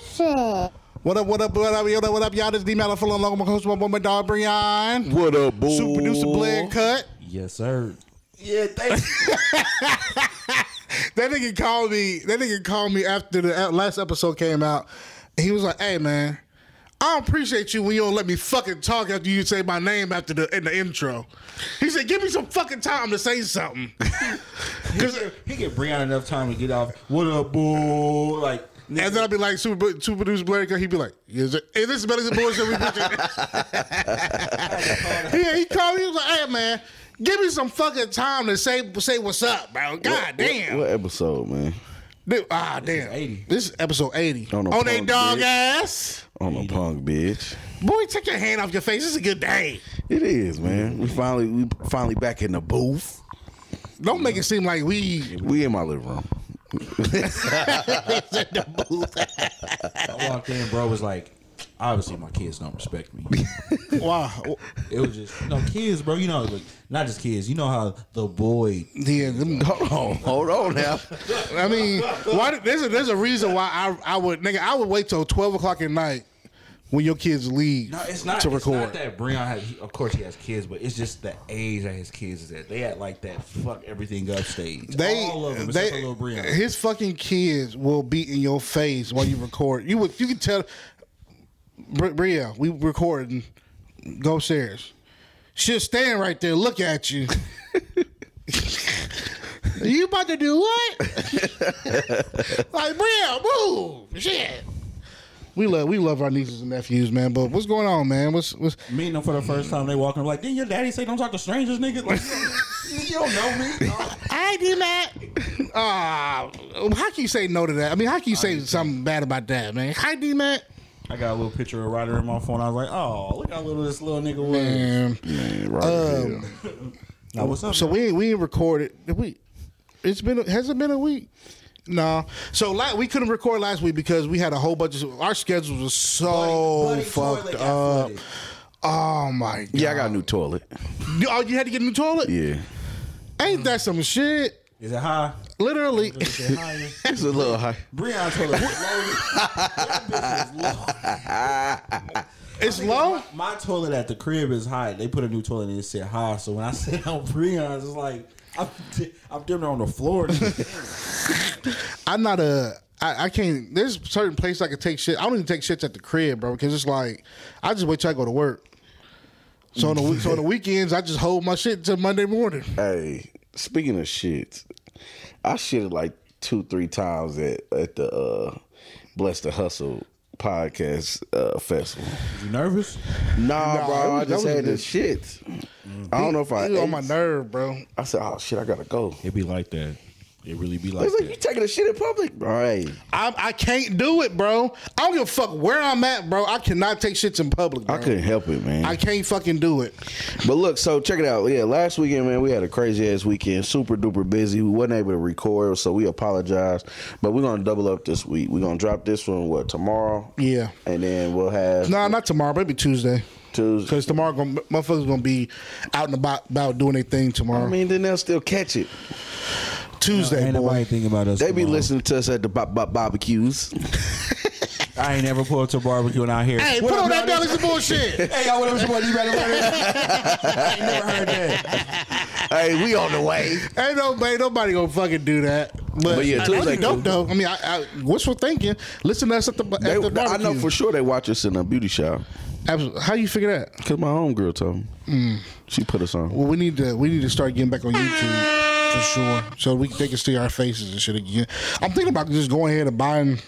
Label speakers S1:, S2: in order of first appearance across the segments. S1: shit.
S2: What up, what up, what up, what up, what up, y'all? This is D Mellow full along with my host, my boy, my dog, Brian.
S3: What up, boy?
S2: Super producer, Blair Cut.
S4: Yes, sir.
S3: Yeah, thanks.
S2: That nigga called me, that nigga called me after the uh, last episode came out. He was like, hey, man, I don't appreciate you when you don't let me fucking talk after you say my name after the in the intro. He said, give me some fucking time to say something. Cause,
S4: He gave Brian enough time to get off. What up, boo? Like,
S2: and then I'd be like, super, super producer, Blair Cut. He'd be like, is, it, is this Melly's bullshit we bitching? Yeah, he called me. He was like, "Hey, man, give me some fucking time to say say what's up, bro. God damn,
S3: What, episode, man?
S2: Dude, ah damn,
S4: 80.
S2: this is episode eighty
S3: On
S2: on,
S3: a
S2: that
S3: punk
S2: dog
S3: dick.
S2: ass.
S3: On a punk, bitch.
S2: Boy, take your hand off your face. It's a good day.
S3: It is, man. We finally, we finally back in the booth.
S2: Don't make it seem like we.
S3: We in my living room.
S4: I walked in, bro was like, obviously my kids don't respect me.
S2: Wow.
S4: It was just, you know, kids, bro. You know, like, not just kids. You know how the boy.
S2: Yeah, them-
S3: Hold on, hold on now.
S2: I mean, why? did- There's a, there's a reason why I I would nigga I would wait till twelve o'clock at night when your kids leave
S4: No, it's not.
S2: to
S4: it's not
S2: record.
S4: that Brian has. he- Of course, he has kids, but it's just the age that his kids is at. They act like that. Fuck everything up stage.
S2: They,
S4: all of them.
S2: they,
S4: except for little Brian.
S2: his fucking kids will be in your face while you record. You would, you can tell, Br- Bria, we recording. Go upstairs. She'll stand right there, look at you. you about to do what? like Bria, move, shit. We love, we love our nieces and nephews, man. But what's going on, man? What's, what's
S4: meeting them for the first time. They walking like, didn't your daddy say don't talk to strangers, nigga? Like, you don't know me.
S2: I do not. Ah, how can you say no to that? I mean, how can you say something bad about that, man? I do not.
S4: I got a little picture of Ryder in my phone. I was like, oh, look how little this little nigga was.
S2: Um,
S3: Man, right here.
S4: Now, what's up?
S2: so
S4: y'all?
S2: we ain't- we ain't recorded. Did we? It's been has it been a week? No. So like we couldn't record last week because we had a whole bunch of our schedules were so
S4: Buddy, buddy,
S2: fucked
S4: toilet got
S2: up.
S4: flooded.
S2: Oh my god!
S3: Yeah, I got a new toilet.
S2: You- oh, you had to get a new toilet?
S3: Yeah,
S2: Ain't that some shit?
S4: Is it high?
S2: Literally.
S4: Is it higher?
S3: it's a little high.
S4: Breon told us that bitch is low.
S2: It's low.
S4: My, my toilet at the crib is high. They put a new toilet and it said high. So when I sit on Breon's, it's like I'm, di- I'm down there on the floor.
S2: I'm not a. I, I can't. There's certain places I can take shit. I don't even take shits at the crib, bro, because it's like I just wait till I go to work. So on the week, so on the weekends, I just hold my shit till Monday morning.
S3: Hey, speaking of shit, I shitted like two, three times at at the uh, Bless the Hustle podcast uh, festival.
S4: you nervous?
S3: Nah,
S2: Nah,
S3: bro,
S2: it
S3: I
S2: was-
S3: just
S2: that was
S3: had
S2: a
S3: the
S2: good-
S3: shit. I don't know if I.
S2: You on
S3: ate.
S2: my nerve, bro.
S3: I said, oh shit, I gotta go.
S4: It be like that. It really be like
S3: It's like you taking a shit in public, all right?
S2: I I can't do it, bro. I don't give a fuck where I'm at, bro. I cannot take shits in public. Bro.
S3: I couldn't help it, man.
S2: I can't fucking do it.
S3: But look, so check it out. Yeah, last weekend, man, we had a crazy ass weekend, super duper busy. We wasn't able to record, so we apologize. But we're gonna double up this week. We're gonna drop this one what tomorrow,
S2: Yeah.
S3: and then we'll have
S2: Nah, not tomorrow. Maybe Tuesday.
S3: Tuesday.
S2: Because tomorrow, gonna, motherfuckers gonna be out and about, about doing their thing tomorrow.
S3: I mean, then they'll still catch it.
S2: Tuesday,
S4: Ain't
S2: boy.
S4: nobody think about us.
S3: They be
S4: tomorrow.
S3: listening to us at the bop bop barbecues.
S4: I ain't never pulled to a barbecue and I hear.
S2: Hey,
S4: "What
S2: put
S4: up,
S2: on that
S4: y'all?
S2: balance of bullshit.
S4: Hey, y'all, what up, somebody? You better learn I ain't never heard that.
S3: hey, we on the way.
S2: Ain't nobody, nobody gonna fucking do that. But,
S3: But yeah,
S2: yeah, Tuesday
S3: Tuesday-
S2: dope though. I mean, I, I wishful thinking. Listen to us at the, at
S3: They,
S2: the barbecue.
S3: I know for sure they watch us in a beauty shop
S2: Absolutely. How you figure that?
S3: because my home girl told me she put us on.
S2: Mm. Well, we need to we need to start getting back on YouTube for sure, so we they can see our faces and shit again. I'm thinking about just going ahead and buying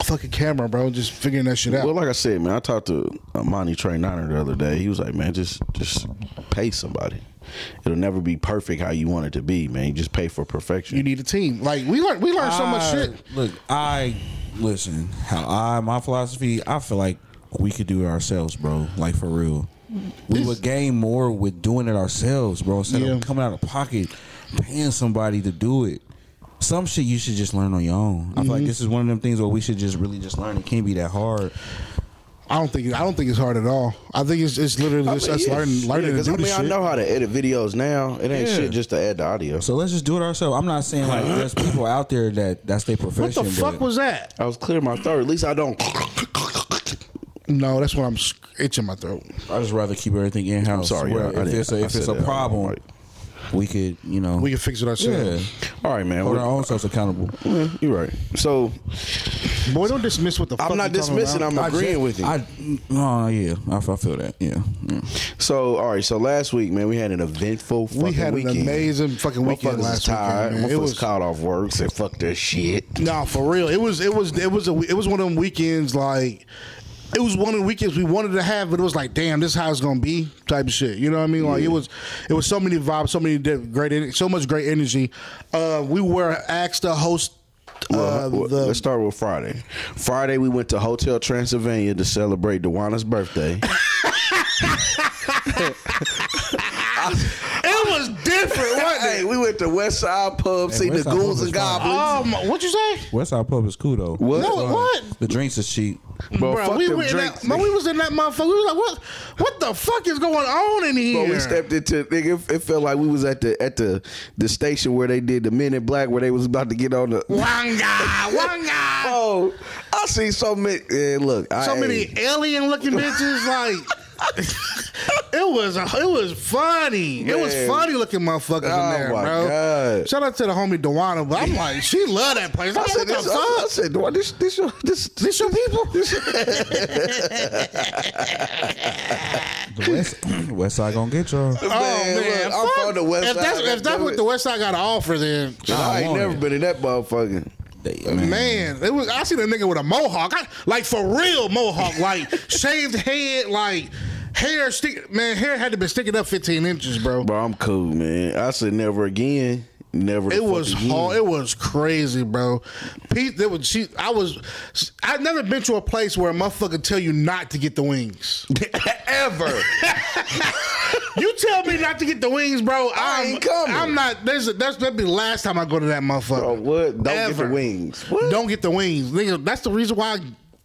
S2: a fucking camera, bro. Just figuring that shit out.
S3: Well, like I said, man, I talked to Monty Train Niner the other day. He was like, man, just just pay somebody. It'll never be perfect how you want it to be, man. You just pay for perfection.
S2: you need a team. Like we learn we learn so much
S4: I-
S2: shit.
S4: Look, I listen. How I my philosophy. I feel like we could do it ourselves, bro. Like for real, we would gain more with doing it ourselves, bro. Instead
S2: Yeah.
S4: of coming out of pocket, paying somebody to do it. Some shit you should
S2: Mm-hmm.
S4: just learn on your own. I feel like this is one of them things where we should just really just learn. It can't be that hard.
S2: I don't think I don't think it's hard at all. I think it's it's literally just us learning learning to
S3: Because
S2: do
S3: I mean,
S2: this
S3: I
S2: shit.
S3: know how to edit videos now. It ain't shit just to add the audio.
S4: So let's just do it ourselves. I'm not saying like there's people out there that that's their
S2: What
S4: profession.
S2: the fuck
S4: but
S2: was that?
S3: I was clear my throat. At least I don't.
S2: No, that's when I'm sc- itching my throat.
S4: I just rather keep everything in house.
S3: sorry, y'all. I
S4: if
S3: didn't-
S4: it's a,
S3: I
S4: if
S3: said
S4: it's a
S3: that.
S4: problem,
S3: Right.
S4: we could you know
S2: We can fix it
S4: yeah
S2: ourselves.
S3: All right, man.
S4: hold
S3: We're-
S4: our own selves accountable.
S3: Yeah, You're right. So
S2: Boy, don't dismiss what the fuck
S3: I'm not
S2: you talking
S3: dismissing.
S2: about.
S3: I'm agreeing with you.
S4: I oh yeah, I, I feel that yeah. mm. yeah.
S3: So all right, so last week, man, we had an eventful. Fucking
S2: We had an
S3: weekend.
S2: amazing fucking weekend
S3: Motherfuckers
S2: last
S3: is tired.
S2: weekend, man. It
S3: Motherfuckers
S2: was- Uh,
S3: called off work. Said fuck this shit.
S2: No, for real. It was it was it was a it was one of them weekends like it was one of the weekends we wanted to have, but it was like, damn, this is how it's gonna be type of shit. You know what I mean? Like it was it was so many vibes, so many di- great, en- so much great energy. Uh, we were asked to host. Uh,
S3: Well, well,
S2: the,
S3: let's start with Friday. Friday, we went to Hotel Transylvania to celebrate Dewana's birthday.
S2: it was different,
S3: hey,
S2: wasn't it?
S3: we went to West Side Pub, seen
S4: West
S3: the
S4: Side Pub
S3: Goons
S4: was
S3: and
S4: fire.
S3: Goblins.
S2: Um, what you say?
S4: Westside Pub is cool though.
S3: What?
S2: No,
S3: Uh,
S2: what?
S4: The drinks is cheap.
S3: Bro,
S2: Bruh,
S3: fuck
S2: Oh, we
S3: them
S2: were in
S3: drinks.
S2: that, but we was in that motherfucker. We was like, what? What the fuck is going on in here?
S3: But we stepped into nigga. It, it felt like we was at the at the the station where they did the Men in Black, where they was about to get on the.
S2: Wanga, wanga.
S3: Oh, I see so many. eh, look, I,
S2: so many
S3: hey,
S2: alien looking bitches. Like it was, it was funny. It was
S3: Man.
S2: funny looking motherfuckers
S3: Oh
S2: in there,
S3: my
S2: bro.
S3: God.
S2: Shout out to the homie Dewana, but I'm like, she love that place. I'm
S3: I
S2: like,
S3: said,
S2: what the
S3: this, I, I
S2: fuck?
S3: said, "What, this, this, your, this,
S2: This your people?
S4: The West Westside gonna get y'all.
S2: oh man,
S3: Man, look, I'm
S2: fuck.
S3: from the West
S2: if
S3: Side,
S2: That's,
S3: let's
S2: if that's
S3: do
S2: what
S3: it.
S2: the West Side got to offer, then
S3: I ain't
S4: want
S3: never
S4: it.
S3: been in that motherfucker.
S4: They-
S2: man, it was. I seen a nigga with a mohawk, I, like for real mohawk, like shaved head, like hair stick. Man, hair had to be sticking up 15 inches, bro.
S3: Bro, I'm cool, man. I said, never again. Never. the
S2: It
S3: fuck
S2: was
S3: again.
S2: hard. It was crazy, bro. Pete, there was she. I was. I've never been to a place where a motherfucker tell you not to get the wings.
S3: ever.
S2: you tell me not to get the wings, bro.
S3: I
S2: I'm,
S3: ain't coming.
S2: I'm not. There's a, that's that'd be the last time I go to that motherfucker.
S3: Bro, what? Don't get
S2: Ever.
S3: the wings. What?
S2: Don't get the wings, nigga. That's the reason why I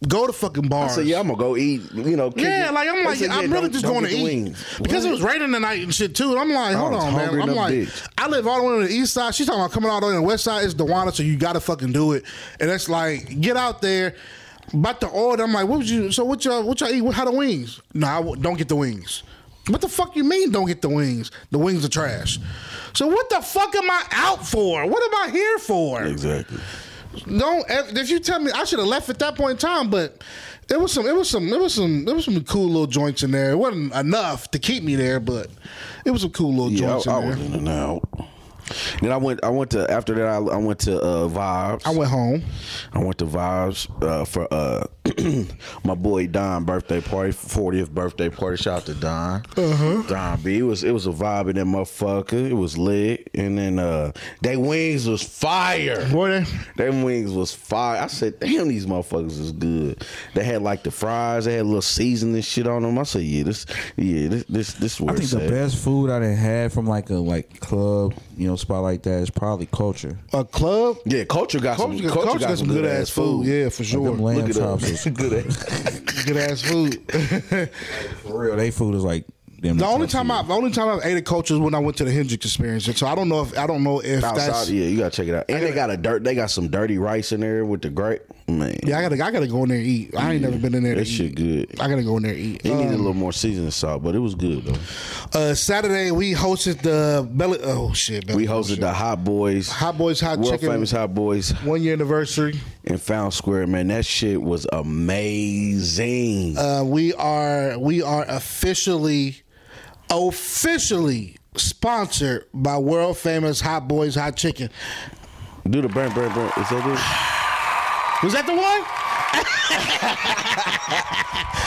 S2: go to fucking
S3: I
S2: bars.
S3: said, yeah, I'm gonna go eat. You know, kick
S2: Yeah,
S3: it.
S2: like
S3: I
S2: I'm like
S3: said,
S2: I'm
S3: yeah,
S2: really
S3: don't-
S2: just
S3: don't
S2: going to
S3: get the
S2: eat
S3: wings.
S2: because
S3: What?
S2: it was raining tonight and shit too. And I'm like, hold
S3: was
S2: on, man.
S3: hungry
S2: I'm
S3: than a
S2: like,
S3: bitch.
S2: I live all the way on the east side. She's talking about coming all the way on the west side. It's Dewana, so you got to fucking do it. And it's like, get out there. About the order, I'm like, what would you? So what y'all? What y'all eat? What, how the wings? No, I w- don't get the wings. What the fuck you mean? Don't get the wings? The wings are trash. So what the fuck am I out for? What am I here for?
S3: Exactly.
S2: No, if if you tell me, I should have left at that point in time. But it was some, it was some, it was some, it was some cool little joints in there. It wasn't enough to keep me there, but it was some cool little
S3: Yeah,
S2: joints
S3: I, I
S2: in
S3: was
S2: there.
S3: in and out. Then I went. I went to after that. I, I went to uh, Vibes.
S2: I went home.
S3: I went to Vibes uh, for uh, my boy Don birthday party, fortieth birthday party. Shout out to Don. Don B. It was it was a vibe in that motherfucker. It was lit, and then uh, they wings was fire.
S2: Boy, they,
S3: Them wings was fire. I said, damn, these motherfuckers is good. They had like the fries. They had a little seasoning shit on them. I said, yeah, this, yeah, this, this, this where
S4: I think
S3: it's
S4: the
S3: at.
S4: best food I done had from like a like club, you know, spot like that is probably culture.
S2: a club.
S3: Yeah, culture got
S2: Culture,
S3: some. Culture, got, some good ass food.
S2: Yeah, for
S4: Them
S2: sure.
S4: lamb
S3: Look at
S4: chops is
S3: that. good ass.
S2: Good ass food.
S4: for real. They food is like them.
S2: The only time I, the only time I've ate a culture is when I went to the Hendrix experience. So I don't know if I don't know if
S3: Outside,
S2: that's.
S3: yeah, you gotta check it out. And they got a dirt. They got some dirty rice in there with the grape. Man,
S2: Yeah, I gotta, I gotta go in there and eat. I ain't never been in there.
S3: that
S2: to
S3: shit
S2: eat.
S3: good.
S2: I gotta go in there and eat.
S3: It
S2: Um,
S3: needed a little more seasoning salt, but it was good though.
S2: Uh, Saturday we hosted the Belly. Oh shit, Belly
S3: We hosted the Hot Boys,
S2: Hot Boys Hot
S3: world
S2: Chicken
S3: famous Hot Boys,
S2: one year anniversary.
S3: in Found Square. Man, that shit was amazing.
S2: Uh, we are we are officially officially sponsored by world famous Hot Boys Hot Chicken.
S3: Do the burn, burn, burn. Is that
S2: Was that the one?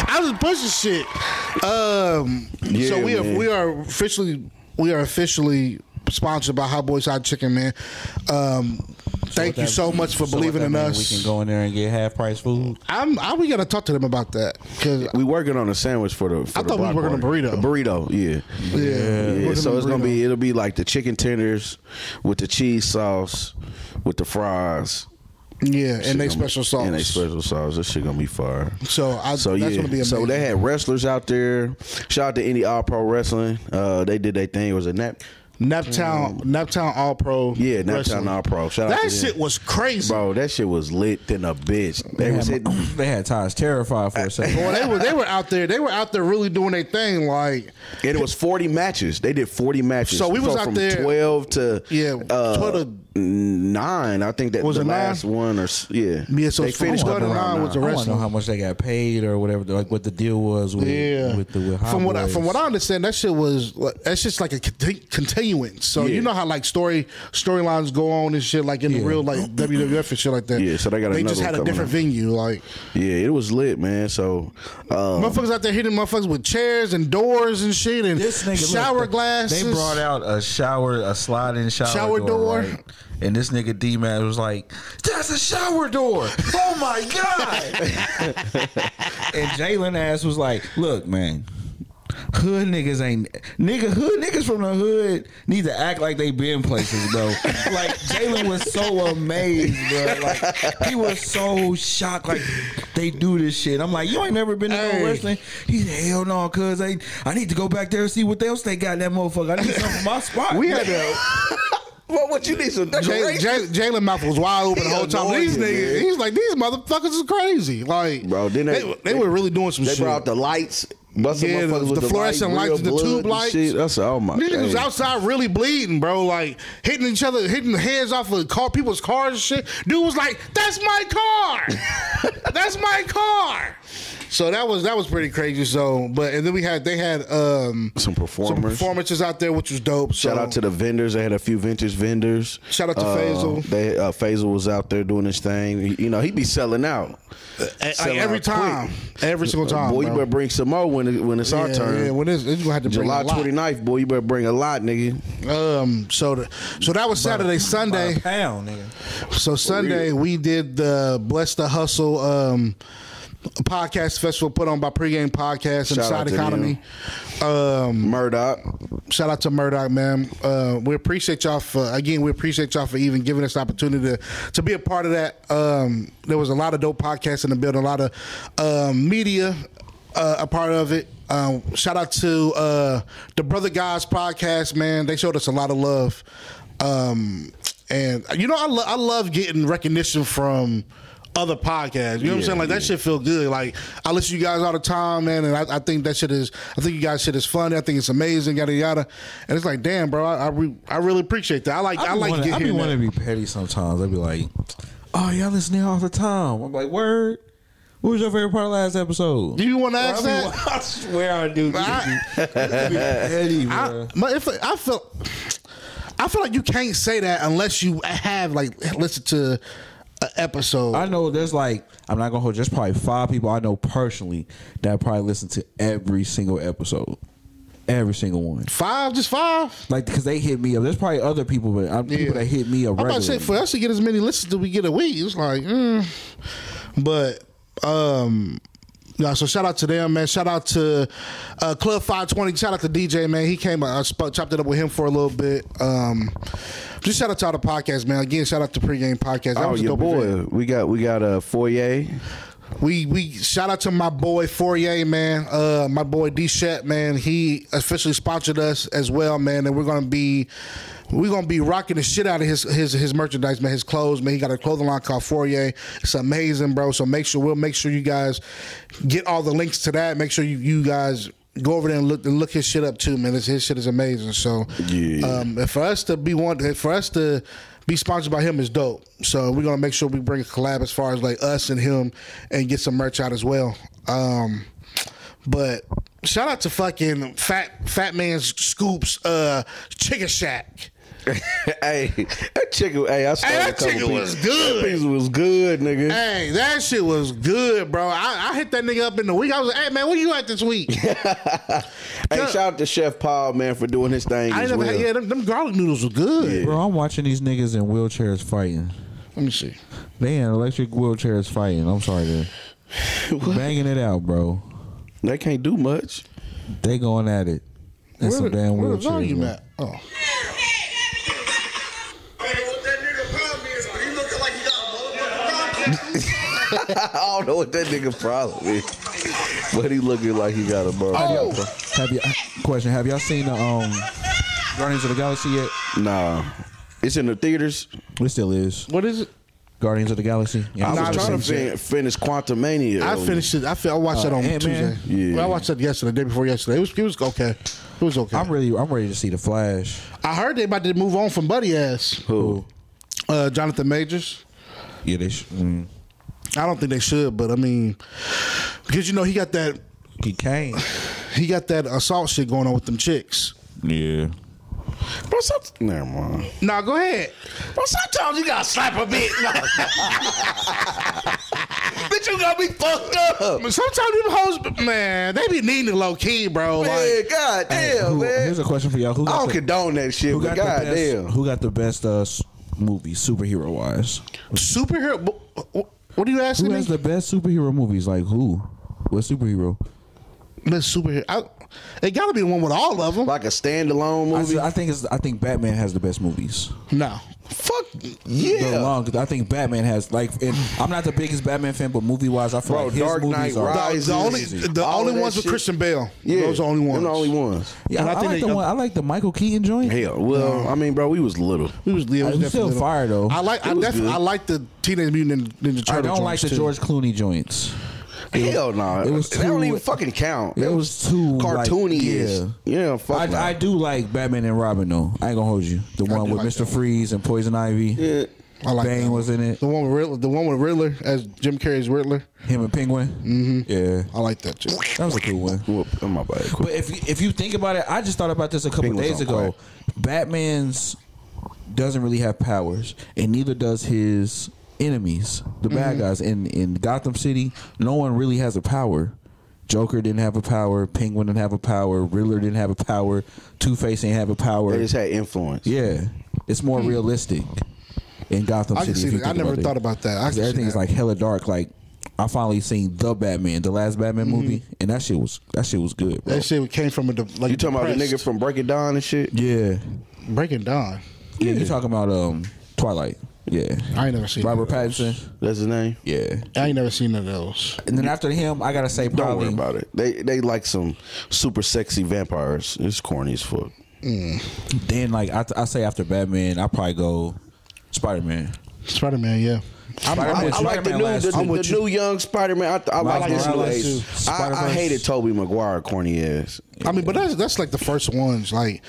S2: I was pushing shit. Um,
S3: Yeah,
S2: so we
S3: man.
S2: are we are officially we are officially sponsored by Hot Boys Hot Chicken, man. Um, thank you so much for believing in us.
S4: We can go in there and get half price food.
S2: I'm, I we gotta talk to them about that because
S3: it? We working on a sandwich for the. For
S2: I
S3: the
S2: thought we
S3: block
S2: were working
S3: party.
S2: on
S3: A burrito, yeah.
S2: yeah,
S3: Yeah,
S2: Working
S3: so
S2: on
S3: it's gonna
S2: burrito.
S3: be it'll be like the chicken tenders with the cheese sauce with the fries
S2: Yeah, and they
S3: Shit gonna-
S2: special sauce.
S3: And they special sauce. This shit gonna be fire.
S2: so I,
S3: So
S2: that's
S3: yeah,
S2: gonna be amazing.
S3: so they had wrestlers out there. Shout out to any All Pro Wrestling. Uh, they did their thing. It was a nap.
S2: Naptown, Naptown All Pro.
S3: Mm. Yeah,
S2: Wrestling.
S3: Naptown All Pro. Shout out
S2: That
S3: to them.
S2: shit was crazy.
S3: bro. That shit was lit than a bitch. They was
S4: Had
S3: hitting.
S4: my- they had Taj terrified for a second.
S2: Boy, they were they were out there. They were out there really doing their thing. Like
S3: And it was 40 matches. They did 40 matches.
S2: So we was out
S3: from
S2: there-
S3: 12 to
S2: Yeah,
S3: uh,
S2: 12
S3: 9. I think that
S2: Was
S3: the
S2: it nine?
S3: last one or s- yeah.
S2: Yeah, so
S3: they
S2: it's 12
S3: up
S2: to
S3: around
S2: nine was
S3: nine.
S2: the
S4: I
S2: rest
S4: want to know how much they got paid or whatever, like what the deal was with
S2: yeah,
S4: with the with Hot
S2: from what I,
S4: Boys.
S2: from what I understand, that shit was like, that's just like a conti- continuance. So
S3: Yeah.
S2: you know how like story storylines go on and shit like in the
S4: Yeah.
S2: real like WWF and shit like that.
S3: Yeah, so they got
S2: they
S3: another
S2: just
S3: one
S2: had a
S3: coming
S2: different
S3: up.
S2: venue. Like
S3: Yeah, it was lit, man. So uh,
S2: motherfuckers out there hitting motherfuckers with chairs and doors and shit and
S4: This nigga look,
S2: shower
S4: they-
S2: glasses.
S4: They brought out a shower, a sliding shower,
S2: Shower door.
S4: right? and this nigga D man was like, "That's a shower door! Oh my god!" and Jalen ass was like, "Look, man." Hood niggas ain't nigga. Hood niggas from the hood need to act like they been places, bro. like Jalen was so amazed, bro. Like he was so shocked. Like they do this shit. I'm like, you ain't never been to
S2: Hey.
S4: no wrestling. He said, hell no, cuz I I need to go back there and see what else they got in that motherfucker. I need something for my spot.
S2: we had a
S3: what? What you need some
S2: Jalen
S3: decoration?
S2: Jalen- Jalen mouth was wide open the
S3: He
S2: whole time.
S3: annoying,
S2: These niggas,
S3: man.
S2: he's like, these motherfuckers is crazy. Like,
S3: Bro, then
S2: they,
S3: they-
S2: they, were really doing some
S3: They
S2: shit.
S3: brought out the lights. Busting
S2: Yeah, the-
S3: motherfuckers
S2: the
S3: with the
S2: fluorescent lights
S3: light, real
S2: and the
S3: blood
S2: tube
S3: and
S2: lights.
S3: Shit. That's oh my.
S2: These niggas was
S3: God.
S2: outside really bleeding, bro. Like hitting each other, hitting the heads off of car, people's cars and shit. Dude was like, "That's my car, that's my car." So that was that was pretty crazy. So, but and then we had they had um
S3: Some
S2: some
S3: performers.
S2: performances out there, which was dope. So,
S3: Shout out to the vendors. They had a few vintage vendors.
S2: Shout out to
S3: uh,
S2: Faisal.
S3: They, uh, Faisal was out there doing his thing. He- you know, he be selling out.
S2: Uh, like,
S3: Selling
S2: every
S3: out
S2: time,
S3: quick.
S2: every single time.
S3: boy,
S2: bro.
S3: you better bring some more when it, when it's our
S2: yeah,
S3: turn.
S2: Yeah, when it's, it's gonna have to bring
S3: July
S2: a lot.
S3: 29th, boy, you better bring a lot, nigga.
S2: Um, so the, so that was Saturday, Sunday.
S4: pound, nigga.
S2: So Sunday we did the Bless the Hustle um podcast festival put on by Pregame Podcast and
S3: Shout out
S2: Side
S3: to them.
S2: Economy. Um,
S3: Murdoch.
S2: shout out to Murdoch, man. Uh, we appreciate y'all for again. We appreciate y'all for even giving us the opportunity to, to be a part of that. Um, there was a lot of dope podcasts in the building, a lot of um, media uh, a part of it. Um, shout out to uh, the Brother Guys podcast, man. They showed us a lot of love. Um, and you know, I, lo- I love getting recognition from other podcasts. You know what I'm
S3: Yeah,
S2: saying? Like that shit feel good. Like I listen to you guys all the time, man, and I, I think that shit is. I think you guys shit is funny. I think it's amazing, yada yada. And it's like, damn, bro, I I, re, I really appreciate that. I like I,
S4: I,
S2: like
S4: wanna, I be
S2: getting
S4: want to be petty sometimes. I'd be like, "Oh, y'all listening all the time." I'm like, "Word." What was your favorite part of last episode?
S2: Do you want to ask
S4: I,
S2: that?
S4: I swear I do.
S2: I-
S4: I'd be petty,
S2: I,
S4: bro.
S2: my, if, I feel, I feel like you can't say that unless you have like listened to an episode.
S4: I know there's like I'm not gonna hold. you, There's probably five people I know personally that probably listen to every single episode, every single one.
S2: five, just five.
S4: Like because they hit me up. There's probably other people, but i people that hit me up
S2: I'm about to say
S4: regularly.
S2: for us to get as many listens as we get a week, it's like, mm. but um. Yeah, so shout out to them, man. Shout out to uh, Club Five Twenty. Shout out to DJ, man. He came. I sp- chopped it up with him for a little bit. Um, just shout out to all the podcast, man. Again, shout out to pregame podcast. That
S3: Oh,
S2: was a
S3: your
S2: dope
S3: boy.
S2: event.
S3: We got we got a foyer.
S2: We we shout out to my boy Fourier, man. Uh, my boy D Shet, man. He officially sponsored us as well, man. And we're gonna be we're gonna be rocking the shit out of his his his merchandise, man. His clothes, man. He got a clothing line called Fourier. It's amazing, bro. So make sure we'll make sure you guys get all the links to that. Make sure you you guys. Go over there and look and look his shit up too, man. His, his shit is amazing. So,
S3: Yeah.
S2: um, and for us to be one, for us to be sponsored by him is dope. So we're gonna make sure we bring a collab as far as like us and him, and get some merch out as well. Um, but shout out to fucking fat fat man scoops uh chicken shack.
S3: hey, that chicken. Hey, I saw
S2: Hey,
S3: a
S2: that
S3: couple
S2: chicken was
S3: pieces.
S2: good.
S3: That pizza was good, nigga.
S2: Hey, that shit was good, bro. I, I hit that nigga up in the week. I was like, hey man, where you at this week?
S3: Hey, shout out to Chef Paul, man, for doing his thing.
S2: I
S3: as
S2: ain't never
S3: well.
S2: had, yeah, them, them garlic noodles were good.
S4: Bro, I'm watching these niggas in wheelchairs fighting.
S2: Let me see.
S4: They in electric wheelchairs fighting. I'm sorry, dude. Banging it out, bro.
S3: They can't do much.
S4: They going at it. In some
S2: the-
S4: damn
S2: where the
S4: wheelchairs.
S2: volume
S4: bro.
S2: at? Oh.
S1: I don't know what that nigga problem is, but he looking like he got a motherfucking
S3: I don't know what that nigga problem is, but he looking like he got a murder.
S4: Have you uh, question? Have y'all seen the um Guardians of the Galaxy yet?
S3: Nah, it's in the theaters.
S4: It still is
S2: What is it?
S4: Guardians of the Galaxy. Yeah,
S3: I
S2: Nah,
S3: was
S2: I'm
S3: trying to
S2: trying
S3: fin- finish Quantum Mania.
S2: I finished it. I, fin- I watched that on
S4: Ant-Man?
S2: Tuesday.
S3: Uh, Yeah.
S2: Well, I watched that yesterday, the day before yesterday. It was, it was okay. It was okay.
S4: I'm ready. I'm ready to see the Flash.
S2: I heard they about to move on from Buddy Ass,
S3: Who?
S2: uh, Jonathan Majors.
S4: Yeah, they. Sh- mm.
S2: I don't think they should, but I mean, because you know he got that
S4: He came.
S2: he got that assault shit going on with them chicks.
S4: Yeah.
S3: Bro, somet- Never mind.
S2: Nah, go ahead.
S3: Bro, sometimes you gotta slap a bitch. bitch, you gonna be fucked up.
S2: But sometimes them hoes, man, they be needing the low key, bro.
S3: Man,
S2: Like,
S3: god damn,
S4: Who,
S3: man.
S4: here's a question for y'all. Who
S3: I
S4: got
S3: don't
S4: the,
S3: condone that shit,
S4: who
S3: but
S4: got the best?
S3: goddamn.
S4: Who got the best uh, s- movie superhero wise?
S2: superhero. wh- wh- What are you asking
S4: Who
S2: me?
S4: has the best superhero movies? Like who? What superhero?
S2: Best superhero. I, it got to be one with all of them.
S3: Like a standalone
S4: I,
S3: movie.
S4: I think it's. I think Batman has the best movies.
S2: no,
S3: Fuck
S4: The
S3: yeah.
S4: long, I think Batman has like. And I'm not the biggest Batman fan, but movie wise, I feel
S3: Bro,
S4: like his
S3: Dark
S4: movies
S3: Knight
S4: are.
S3: Rises.
S2: the, the only
S3: Crazy.
S2: the
S3: All of
S2: only
S3: that
S2: ones with
S3: shit.
S2: Christian Bale.
S3: Yeah,
S2: those are the only
S3: them
S2: ones.
S3: the only ones.
S4: Yeah,
S2: And I
S4: I,
S2: think
S4: like
S2: they-
S4: the one. I like the Michael Keaton joint.
S3: Hell, well, I mean, bro, we was little.
S2: We was, yeah,
S4: I
S2: was
S4: was still
S2: definitely-
S4: fire, though.
S2: I like I,
S3: It was
S2: def-
S3: good.
S2: I like the Teenage Mutant Ninja Turtle.
S4: I don't like
S2: joints,
S4: the
S2: too.
S4: George Clooney joints.
S3: Hell no,
S4: it
S3: it was
S4: was
S3: that don't
S4: too-
S3: even fucking count.
S4: it
S3: That
S4: was too, like,
S3: cartoony.
S4: yeah.
S3: yeah. yeah, fuck. no.
S4: I, I do like Batman and Robin though. I ain't gonna hold you. The one
S2: do
S4: with
S2: like
S4: Mr. Freeze and Poison Ivy.
S3: yeah.
S2: I like
S4: Bane
S2: that
S4: was in it.
S2: The one with Riddler, the one with Riddler as Jim Carrey's Riddler.
S4: Him and Penguin. Mm-hmm. Yeah,
S2: I like that too.
S4: that was a cool one.
S3: Whoop, on my bad.
S4: But if you, if you think about it, I just thought about this a couple
S3: Penguin's
S4: days
S3: on
S4: ago. Batman's doesn't really have powers, and neither does his enemies, the bad guys in in Gotham City. No one really has a power. Joker didn't have a power. Penguin didn't have a power. Riddler didn't have a power. Two Face didn't have a
S3: They
S4: power.
S3: just had influence.
S4: Yeah, it's more realistic in Gotham
S2: I
S4: City.
S2: can see
S4: if you
S2: that. I
S4: think
S2: never
S4: about it.
S2: thought about that. I can see
S4: Everything's
S2: that.
S4: like hella dark. Like I finally seen the Batman, the last Batman movie, and that shit was that shit was good. Bro.
S2: That shit came from a de- like
S3: Oh. You talking about the nigga
S2: depressed-
S3: from Break It Down and shit?
S4: Yeah.
S2: Breaking Dawn?
S4: Yeah, you talking about um Twilight. Yeah.
S2: I ain't never seen
S4: Robert
S2: none of
S4: Pattinson.
S3: That's his name.
S4: Yeah.
S2: those. I ain't never seen none of those.
S4: And then after him, I gotta say
S3: Don't
S4: probably
S3: worry about it. They they like some super sexy vampires. It's corny as fuck.
S4: then like I, I say after Batman, I probably go Spider Man.
S2: Spider Man, yeah. I'm,
S4: Spider-Man.
S2: I'm
S3: I,
S2: with
S3: I
S2: you.
S3: like the
S4: Spider-Man
S3: new
S4: last
S3: the,
S4: year.
S2: I'm with
S3: the new young Spider Man. I, I like this new
S4: Morales
S3: age.
S4: too.
S3: I, I
S4: Spider-Verse.
S3: hated Toby Maguire corny ass.
S2: I mean, but that's that's like the first ones. Like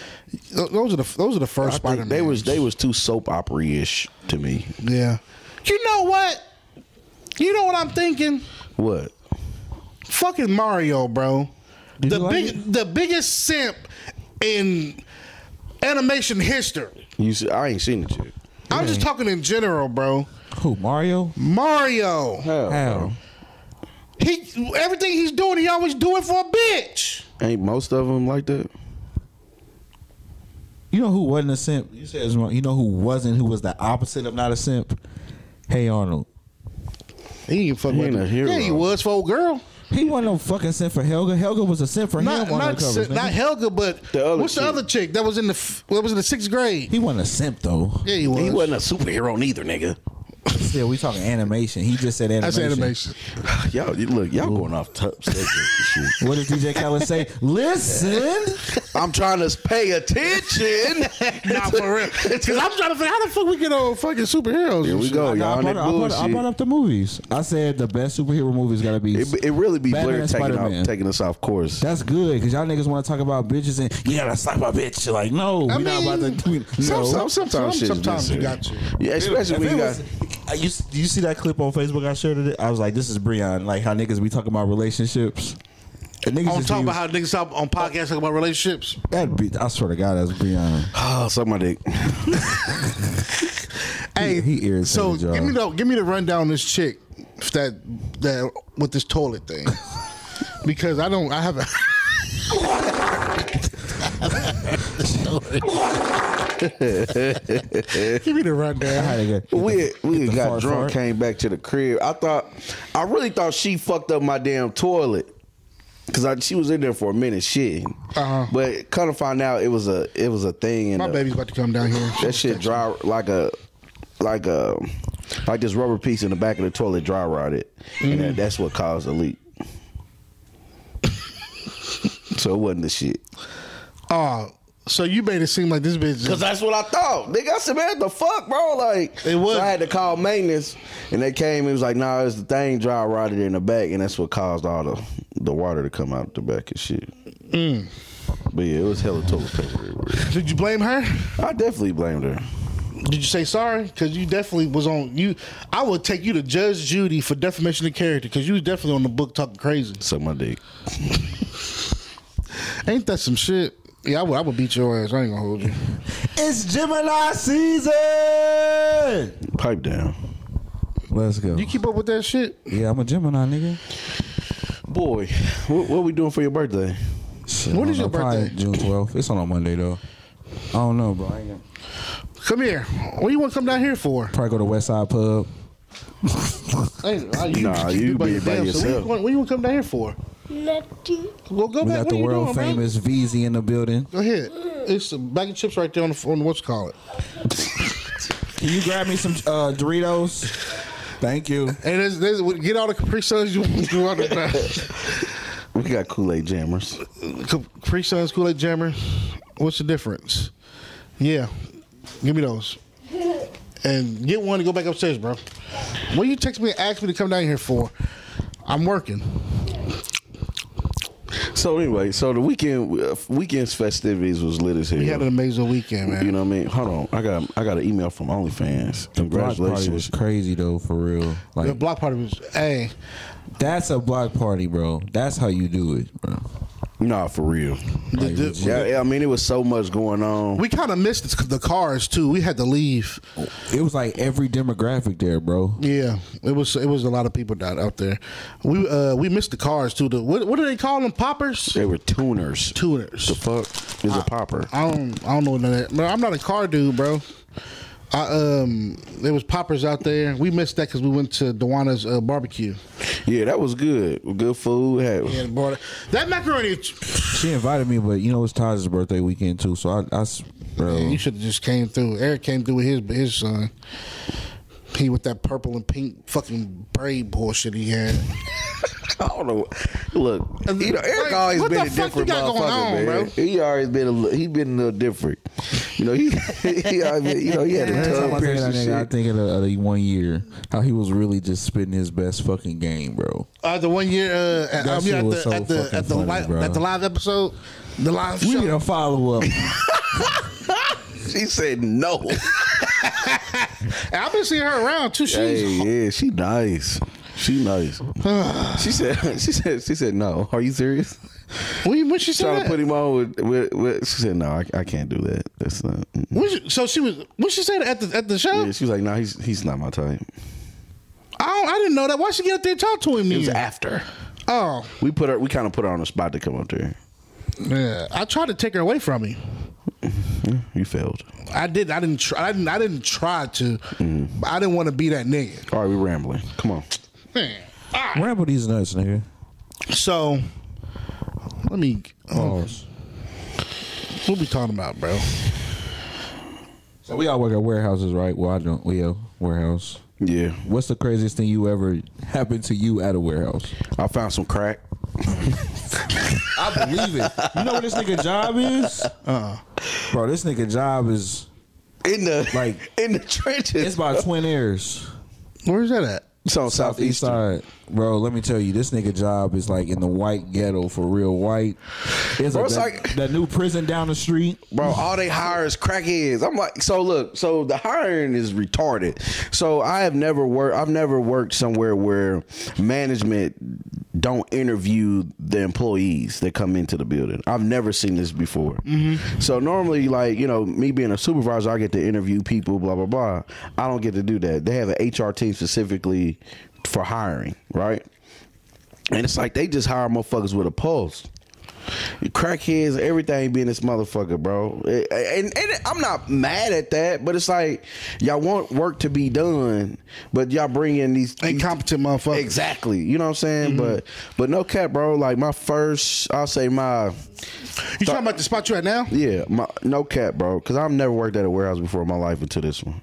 S2: th- those are the those are the first
S3: I
S2: Spider
S3: think
S2: Man.
S3: they was they was too soap opera ish to me.
S2: yeah. You know what? You know what I'm thinking?
S3: What?
S2: Fucking Mario, bro.
S4: Did
S2: the
S4: you like
S2: big
S4: it?
S2: the biggest simp in animation history.
S3: You see, I ain't seen it yet.
S2: I'm just talking in general, bro.
S4: Who Mario?
S2: Mario.
S3: Hell,
S4: How?
S2: He everything he's doing, he always do it for a bitch.
S3: ain't most of them like that.
S4: You know who wasn't a simp? You said it's wrong. You know who wasn't? Who was the opposite of not a simp? Hey Arnold.
S2: He ain't fuck
S3: He
S2: with
S3: ain't a
S2: her.
S3: hero.
S2: Yeah, he was for a girl.
S4: He wasn't no fucking simp for Helga. Helga was a simp for
S2: Not
S4: him on
S2: not,
S4: her covers.
S2: si- not
S4: nigga.
S2: Helga, but
S3: The other
S2: what's the
S3: chick.
S2: other chick that was in the f- that was in the sixth grade?
S4: he wasn't a simp though.
S2: yeah, he was.
S3: He wasn't a superhero neither, nigga.
S4: Still, we talking animation. He just said
S2: That's
S4: animation.
S2: animation.
S3: Y'all you- look, y'all going off top subject. and shit.
S4: What does DJ Khaled say? Listen.
S3: I'm trying to pay attention.
S2: Nah, for real. Because I'm trying to figure how the fuck we get on fucking superheroes.
S3: Here
S2: and
S3: we
S2: shit.
S3: go, Oh,
S4: No,
S3: y'all.
S4: I,
S3: on
S4: brought,
S3: that
S4: I brought- I
S3: bullshit.
S4: brought up the movies. I said the best superhero movies got to be.
S3: It, it really be
S4: Batman
S3: Blair
S4: and
S3: taking,
S4: Spider-Man.
S3: off, taking us off course.
S4: That's good because y'all niggas want to talk about bitches and you gotta slap my bitch. Like no,
S2: I
S4: we not about to.
S2: mean,
S4: We,
S2: some-
S4: no.
S2: some-
S3: sometimes
S2: some-
S3: shit's
S2: sometimes you
S3: necessary.
S2: got
S3: Yeah, especially
S4: If
S3: when
S4: it
S3: you got.
S4: was- I- you, s- you see that clip on Facebook I shared it. I was like, "This is Breon." Like how niggas be talking about relationships. And niggas
S2: I'm
S4: just
S2: talking
S4: be-
S2: about how niggas talk on podcasts talk about relationships.
S4: that. Be, I swear to God, that's Breon.
S3: Oh, suck my dick.
S2: Hey,
S4: he irritated
S2: So
S4: y'all.
S2: give me the give me the rundown on this chick that that with this toilet thing because I don't I haven't. give me the rundown.
S3: We had- we
S4: Hit
S3: had
S4: the
S3: got
S4: fart
S3: drunk,
S4: fart.
S3: came back to the crib. I thought, I really thought she fucked up my damn toilet because I she was in there for a minute, shit.
S2: Uh-huh.
S3: But kind of find out it was a it was a thing, and
S2: My
S3: uh,
S2: baby's about to come down here.
S3: that shit dry like a like a Like this rubber piece in the back of the toilet dry rotted, and
S4: Mm.
S3: that, that's what caused the leak. so it wasn't the shit.
S2: Oh, so you made it seem like this bitch.
S3: Cause
S2: Just,
S3: that's what I thought. Nigga, I said, man, the fuck, bro? Like,
S2: It was-
S3: So I had to call maintenance, and they came. and was like, nah, it's the thing dry rotted in the back, and that's what caused all the the water to come out the back and shit. But yeah, it was hella toilet paper. everywhere.
S2: did you blame her?
S3: I definitely blamed her.
S2: Did you say sorry? Because you definitely was on you. I would take you to Judge Judy for defamation of character because you was definitely on the book talking crazy.
S3: Suck my dick.
S2: Ain't that some shit? Yeah, I would. I would beat your ass. I ain't gonna hold you.
S4: It's Gemini season.
S3: Pipe down.
S4: Let's go.
S2: You keep up with that shit?
S4: yeah, I'm a Gemini nigga.
S3: Boy, what, what we doing for your birthday?
S4: Shit, I
S2: When
S4: don't
S2: is your
S4: know, probably
S2: birthday?
S4: June 12th. It's on a Monday though. I don't know, bro. I ain't gonna-
S2: Come here. What you want to come down here for?
S4: probably go to West Side Pub.
S2: Hey, nah, you,
S3: Nah,
S2: you
S3: you
S2: by
S3: be
S2: yourself.
S3: by
S2: So what,
S3: yourself.
S2: you want, what you want to come down here for?
S1: Nothing.
S2: Well, go
S4: We
S2: back.
S4: got
S2: What
S4: the
S2: are you
S4: world
S2: doing, man?
S4: famous VZ in the building.
S2: Go ahead. It's a bag of chips right there on the on what's call it.
S4: Can you grab me some uh, Doritos? Thank you.
S2: And there's, there's, get all the Capri Suns you want to run
S3: We got Kool Aid jammers.
S2: Capri Suns, Kool Aid Jammer. What's the difference? Yeah, give me those. And get one to go back upstairs, bro. What you text me and ask me to come down here for? I'm working.
S3: So anyway, so the weekend uh, weekend's festivities was lit as hell.
S2: We had an amazing weekend, man.
S3: You know what I mean? Hold on, I got I got an email from OnlyFans.
S4: Block party was
S3: Congratulations.
S4: crazy though, for real.
S2: the
S4: Like
S2: block party was, hey,
S4: that's a block party, bro. That's how you do it, bro.
S3: Nah, for real.
S2: the- the-
S3: Yeah, yeah, I mean it was so much going on.
S2: we kind of missed the, the cars too. We had to leave.
S4: It was like every demographic there, bro.
S2: Yeah, it was it was a lot of people down out there. We uh we missed the cars too. The what, what do they call them? Poppers,
S3: They were tuners.
S2: tuners.
S3: The fuck is a popper?
S2: I don't I don't know none of that. But I'm not a car dude, bro. I um there was poppers out there. We missed that because we went to Dewana's uh, barbecue.
S3: Yeah, that was good. Good food. Had,
S2: Yeah, bro. That macaroni,
S4: She invited me, but you know it's Taj's birthday weekend too, so I, I s- bro.
S2: you should have just came through. Eric came through with his his son. He with that purple and pink fucking braid bullshit he had.
S3: I don't know. Look, you know, Eric
S2: Like,
S3: always
S2: what
S3: been
S2: the
S3: a
S2: fuck you
S3: different
S2: got
S3: motherfucker,
S2: going on,
S3: man.
S2: bro?
S3: He always been a li- he been a little different. You know, he, he always been, you know, he had a
S4: Every time
S3: tongue
S4: I think of
S3: piercing
S4: that nigga, I
S3: shit.
S4: think of the, of the one year how he was really just spitting his best fucking game, bro.
S2: Uh, the one year uh, at,
S4: That
S2: um,
S4: shit
S2: yeah, at the
S4: was so
S2: at the
S4: fucking
S2: at the,
S4: funny,
S2: live,
S4: bro.
S2: at the live episode, the live
S4: We uh,
S2: show.
S4: need a follow up.
S3: She said no.
S2: And I've been seeing her around too. She's
S3: hey, yeah, she nice. She nice. she said she said she said no. Are you serious?
S2: when, when she
S3: Trying
S2: said
S3: to put
S2: that?
S3: him on with, with, with she said no. I, I can't do that. That's not. mm-mm."
S2: When she- so she was when she said it at the at the show.
S3: Yeah, she was like no. he's he's not my type.
S2: I, don't, I didn't know that. Why she get up there and talk to him?
S3: It was
S2: then?
S3: after
S2: oh,
S3: we put her. We kind of put her on the spot to come up there.
S2: yeah. I tried to take her away from me.
S3: You failed.
S2: I did. I didn't try. I didn't. I didn't try to. but I didn't want to be that nigga.
S3: All right, we rambling. Come on.
S2: Man. Ah.
S4: Ramble these nuts, nigga.
S2: So, let me.
S4: Pause.
S2: What we talking about, bro?
S4: So we all work at warehouses, right? Well, I don't. We a warehouse.
S3: Yeah,
S4: What's the craziest thing you ever happened to you at a warehouse?
S3: I found some crack.
S4: I believe it. You know what this nigga job is? Uh, bro, this nigga job is
S3: in the
S4: Like-
S3: in the trenches.
S4: it's by Twin Airs,
S2: Where's that at?
S3: it's on
S4: Oh, southeast
S3: southeast.
S4: side, bro. Let me tell you, this nigga job is like in the white ghetto for real white. It's
S3: Bro,
S4: a-
S3: it's
S4: that,
S3: like-
S4: that new prison down the street.
S3: Bro, all they hire is crackheads. I'm like, so look, so the hiring is retarded. So I have never worked. I've never worked somewhere where management don't interview the employees that come into the building. I've never seen this before. So normally, like you know, me being a supervisor, I get to interview people, blah blah blah. I don't get to do that. They have an HR team specifically for hiring, right? And it's like they just hire motherfuckers with a pulse. Crackheads, everything being this motherfucker, bro. And, and and I'm not mad at that, but it's like y'all want work to be done, but y'all bring in these these-
S2: Incompetent motherfucker.
S3: Exactly, you know what I'm saying. But but no cap, bro. Like my first, I'll say my
S2: You talking about the spot you at now?
S3: yeah, my, no cap, bro. Because I've never worked at a warehouse before in my life until this one.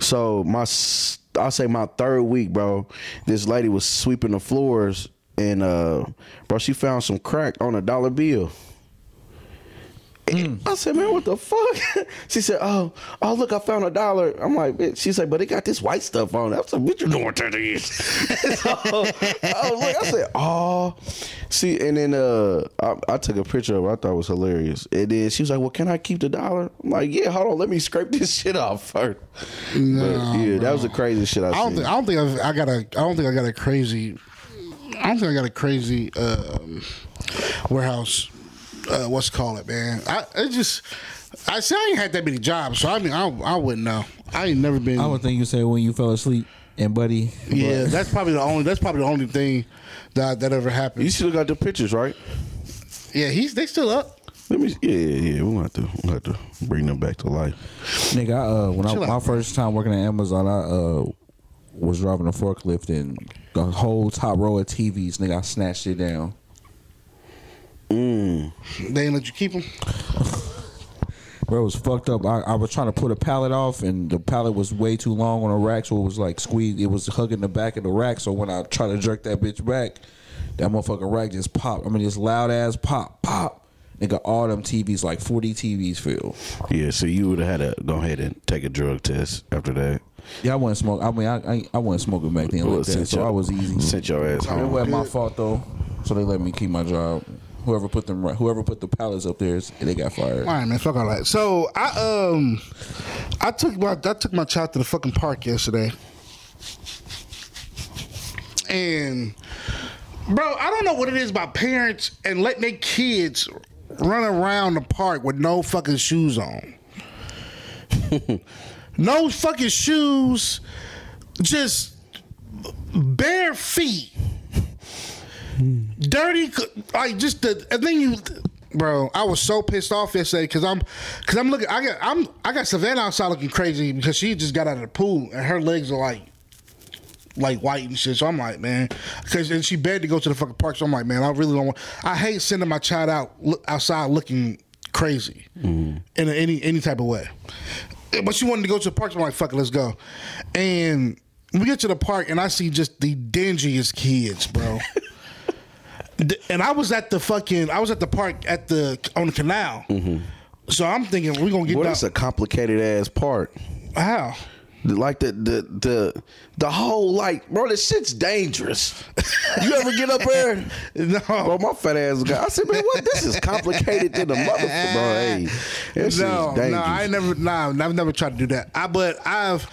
S3: So my s- I'll say my third week, bro. This lady was sweeping the floors, and uh, bro, she found some crack on a dollar bill. I said, man, what the fuck? she said, oh, oh, look, I found a dollar. I'm like, bitch. She's like, but it got this white stuff on it. I was like, what you doing to this? so, I, was like, I said, oh. See, and then uh, I, I took a picture of it. I thought it was hilarious. And then she was like, well, can I keep the dollar? I'm like, yeah, hold on. Let me scrape this shit off first. but, yeah, that was the craziest shit I,
S2: I don't
S3: seen.
S2: think I don't think I've, I got a I don't think I got a crazy I don't think I got a crazy um, warehouse. Uh, what's it call it, man? I it just I say I ain't had that many jobs, so I mean I I wouldn't know. I ain't never been.
S4: I would think you said when you fell asleep and buddy.
S2: yeah, that's probably the only that's probably the only thing that that ever happened.
S3: you still got the pictures, right?
S2: yeah, he's they still up.
S3: Let me. Yeah, yeah, yeah. We're going to we'll have to bring them back to life.
S4: Nigga, I, uh, when I,
S2: Chill out.
S4: my first time working at Amazon, I uh, was driving a forklift and the whole top row of TVs, nigga, I snatched it down.
S2: They ain't let you keep them.
S4: Bro, it was fucked up. I, I was trying to put a pallet off, and the pallet was way too long on a rack, so it was like squeezed. It was hugging the back of the rack. So when I tried to jerk that bitch back, that motherfucking rack just popped. I mean, this loud ass pop, pop. Nigga, all them TVs, like 40 TVs filled.
S3: Yeah, so you would have had to go ahead and take a drug test after that.
S4: Yeah, I wasn't smoking. I mean, I, I, I wasn't smoking back then like
S3: Well,
S4: that,
S3: since
S4: so
S3: y'all-
S4: I was easy.
S3: Sent your ass
S4: It
S3: home.
S4: wasn't my fault though, so they let me keep my job. Whoever put them, whoever put the pallets up there, they got fired.
S2: All right, man. Fuck all that. So I um, I took my I took my child to the fucking park yesterday, and bro, I don't know what it is about parents and letting their kids run around the park with no fucking shoes on, no fucking shoes, just bare feet dirty, c- like just the. And then you, bro. I was so pissed off yesterday because I'm, because I'm looking. I got I'm I got Savannah outside looking crazy because she just got out of the pool and her legs are like. Like white and shit, so I'm like, man, because and she begged to go to the fucking park. So I'm like, man, I really don't want. I hate sending my child out look, outside looking crazy in any any type of way. But she wanted to go to the park. So I'm like, fuck it, let's go. And we get to the park, and I see just the dingiest kids, bro. D- and I was at the fucking I was at the park at the on the canal. So I'm thinking we're gonna get
S3: Boy,
S2: down.
S3: that's a complicated ass part.
S2: How?
S3: Like the the the the whole like, bro, this shit's dangerous. You ever get up there?
S2: No,
S3: Bro, my fat ass guy. I said, man, what? This is complicated to the motherfucker, bro. Hey, this
S2: Eh, no, no.
S3: is dangerous.
S2: I ain't never. Nah, I've never tried to do that. I but I've.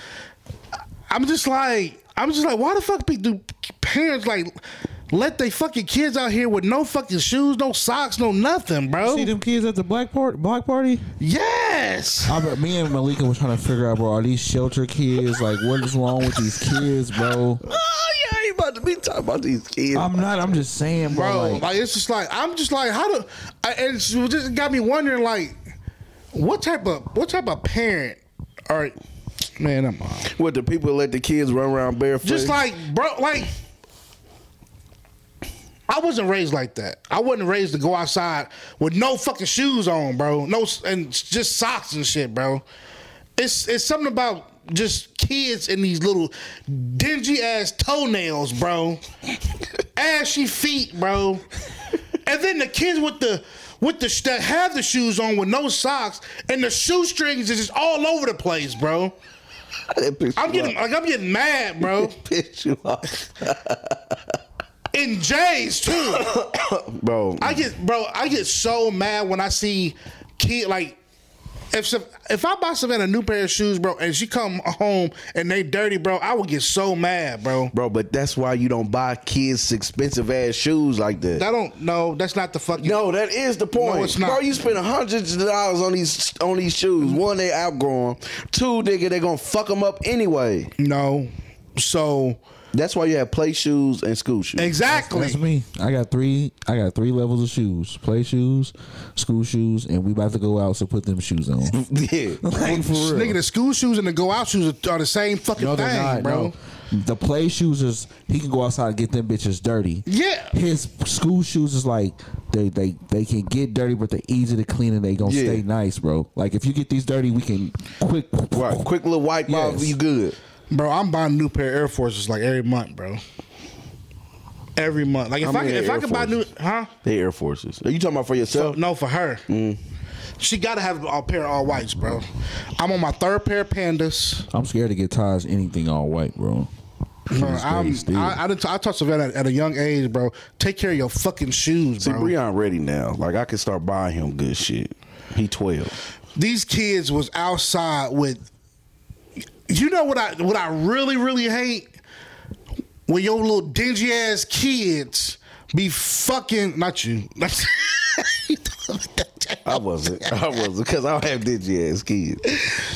S2: I'm just like I'm just like why the fuck pe- do parents like let they fucking kids out here with no fucking shoes, no socks, no nothing, bro?
S4: See them kids at the black part, black party.
S2: Yes.
S4: I, bet- me and Malika was trying to figure out, bro, are these shelter kids? Like, what is wrong with these kids, bro?
S3: Oh, yeah, I ain't about to be talking about these kids.
S4: I'm not. I'm just saying, bro.
S2: bro.
S4: like,
S2: Like it's just like I'm just like how do I, and it's- it just got me wondering like what type of what type of parent are man I'm
S3: what the people let the kids run around barefoot?
S2: just like bro like I wasn't raised like that. I wasn't raised to go outside with no fucking shoes on, bro. No s- and just socks and shit, bro. It's it's something about just kids and these little dingy ass toenails, bro. Ashy feet, bro. And then the kids with the with the sh- that have the shoes on with no socks and the shoestrings is just all over the place, bro. I'm getting like I'm getting mad, bro.
S3: pissed you off,
S2: In J's too.
S3: bro.
S2: I get bro, I get so mad when I see kid like if Sav- if I buy Savannah a new pair of shoes, bro, and she come home and they dirty, bro, I would get so mad, bro.
S3: Bro, but that's why you don't buy kids expensive ass shoes like that.
S2: I don't know. That's not the fucking.
S3: no, that is the point.
S2: No, it's not. Mm-hmm.
S3: Bro, you spend hundreds of dollars on these on these shoes. One, they outgrown. Two, nigga, they gonna fuck them up anyway.
S2: No. So
S3: That's why you have play shoes and school shoes.
S2: exactly.
S4: that's me. I got three. I got three levels of shoes: play shoes, school shoes, and we about to go out. So put them shoes on.
S3: yeah.
S4: Like, for real.
S2: Nigga, the school shoes and the go out shoes are, are the same fucking
S4: No,
S2: thing,
S4: they're not,
S2: bro.
S4: bro. The play shoes is he can go outside and get them bitches dirty.
S2: Yeah.
S4: His school shoes is like they they they can get dirty, but they're easy to clean and they gonna
S3: Yeah.
S4: stay nice, bro. Like if you get these dirty, we can quick.
S3: Right. Quick little wipe off,
S4: Yes.
S3: you good.
S2: Bro, I'm buying a new pair of Air Forces like every month, bro. Every month. Like if
S3: How
S2: I
S3: many
S2: could, if
S3: Air
S2: I could buy new
S3: Forces?
S2: huh?
S3: They Air Forces. Are you talking about for yourself?
S2: No, for her.
S4: Mm.
S2: She gotta have a pair of all whites, bro. I'm on my third pair of pandas.
S4: I'm scared to get Taj anything all white, bro.
S2: Bro,
S4: Jesus
S2: I'm,
S4: Christ, dude.
S2: I, I, done t- I taught Savannah at, at a young age, bro. Take care of your fucking shoes,
S3: See,
S2: bro.
S3: Breon ready now. Like I could start buying him good shit. He twelve.
S2: These kids was outside with. You know what I what I really really hate when your little dingy ass kids be fucking not you.
S3: I wasn't. I wasn't because I don't have dingy ass kids.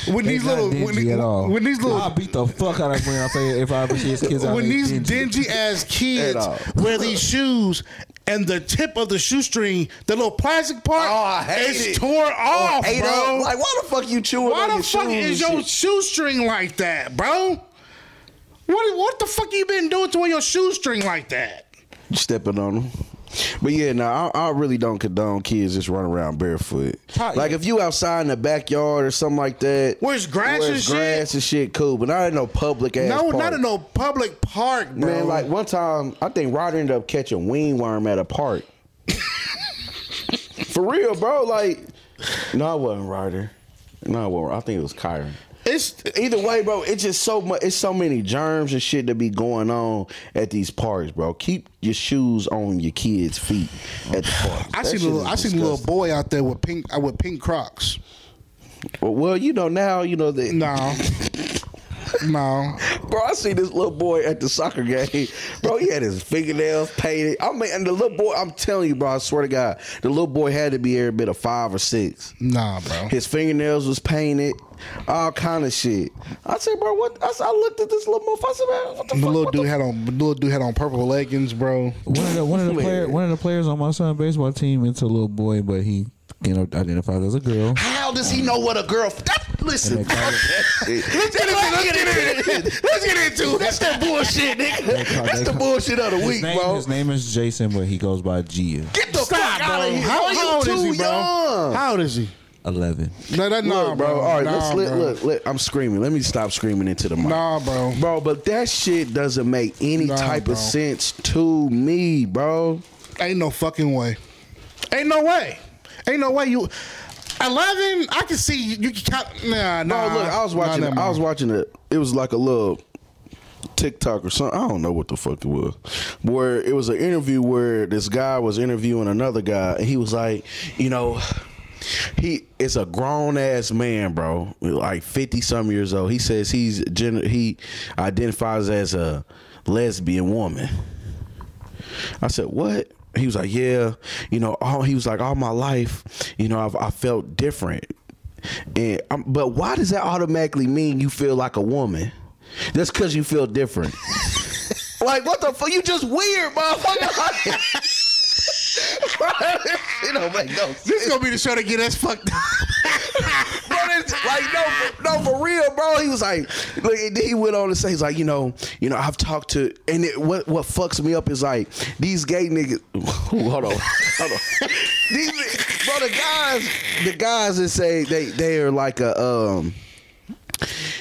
S2: when these
S4: He's not
S2: little
S4: dingy
S2: when, the-
S4: at all.
S2: when these
S4: I'll
S2: little
S4: beat the fuck out of Brian Faye if I ever see his kids out
S2: when
S4: there
S2: these
S4: dingy.
S2: dingy ass kids
S3: all.
S2: wear these shoes and the tip of the shoestring, the little plastic part,
S3: Oh, I hate
S2: is
S3: it. Oh,
S2: torn off,
S3: Hey,
S2: bro.
S3: dog, like why the fuck you chewing? on
S2: Why
S3: your
S2: the fuck
S3: shoes
S2: is
S3: and
S2: your
S3: shit?
S2: shoestring like that, bro? What what the fuck you been doing to wear your shoestring like that?
S3: stepping on them. But yeah, no, I, I really don't condone kids just running around barefoot.
S4: Probably-
S3: Like if you outside in the backyard or something like that,
S2: Where it's grass
S3: where
S2: and
S3: it's
S2: shit?
S3: grass and shit, cool. But not in no public ass.
S2: No,
S3: park.
S2: not in no public park, bro.
S3: Man, like one time, I think Ryder ended up catching wing worm at a park. For real, bro. Like, no, it wasn't Ryder. No, it wasn't. I think it was Kyron.
S2: it's
S3: Either way, bro, it's just so much. It's so many germs and shit that be going on at these parks, bro. Keep your shoes on your kids' feet at the park.
S2: I seen a little, I seen a little boy out there with pink uh, with pink Crocs.
S3: Well, well, you know now, you know that.
S2: No, no.
S3: Bro, I see this little boy at the soccer game. Bro, he had his fingernails painted. I mean, and the little boy, I'm telling you, bro, I swear to God, the little boy had to be every bit of five or six.
S2: Nah, bro.
S3: His fingernails was painted, all kind of shit. I said, bro, what? I, said, I looked at this little motherfucker. I said, man, what the
S2: The
S3: fuck?
S2: little
S3: what
S2: dude had on the little dude had on purple leggings, bro.
S4: One of the one of the
S3: Man.
S4: player one of the players on my son's baseball team. It's a little boy, but he you know identified as a girl.
S3: the- How does he know what a girl? That, listen, fuck that shit.
S2: Let's get into it. Let's get into it. That's that bullshit, nigga.
S3: That's the bullshit of the
S4: His
S3: week,
S4: name,
S3: bro.
S4: his name is Jason, but he goes by Gia.
S3: Get the
S2: Stop,
S3: fuck out
S2: bro.
S3: of here.
S2: How,
S3: Are
S2: how old
S3: you
S2: is
S3: too
S2: he, bro?
S3: young?
S2: How old is he?
S4: Eleven.
S2: No, that, nah,
S3: Look, bro. All right,
S2: nah,
S3: let's let,
S2: bro.
S3: look. Let, I'm screaming. Let me stop screaming into the mic.
S2: Nah, bro.
S3: Bro, but that shit doesn't make any
S2: Nah,
S3: type
S2: bro.
S3: of sense to me, bro.
S2: Ain't no fucking way. Ain't no way. Ain't no way you. Eleven, I can see you, you can count. Nah,
S3: Bro,
S2: nah.
S3: look, I was watching.
S2: nah, never
S3: I was
S2: mind.
S3: watching it. It was like a little TikTok or something. I don't know what the fuck it was. Where it was an interview where this guy was interviewing another guy, and he was like, you know. He is a grown ass man, bro. Like fifty some years old. He says he's gen- he identifies as a lesbian woman. I said, "What?" He was like, "Yeah, you know, all he was like, all my life, you know, I've, I felt different." And um, but why does that automatically mean you feel like a woman? That's because you feel different. like what the fuck? You just weird, motherfucker. it don't make no sense.
S2: This is gonna be the show that get us fucked up.
S3: Bro, this- like no, for- no, for real, bro. He was like, look, and then he went on to say, he's like, you know, you know, I've talked to, and it, what what fucks me up is like these gay niggas. Ooh, hold on, hold on. These, ni- bro, the guys, the guys that say they they are like a um.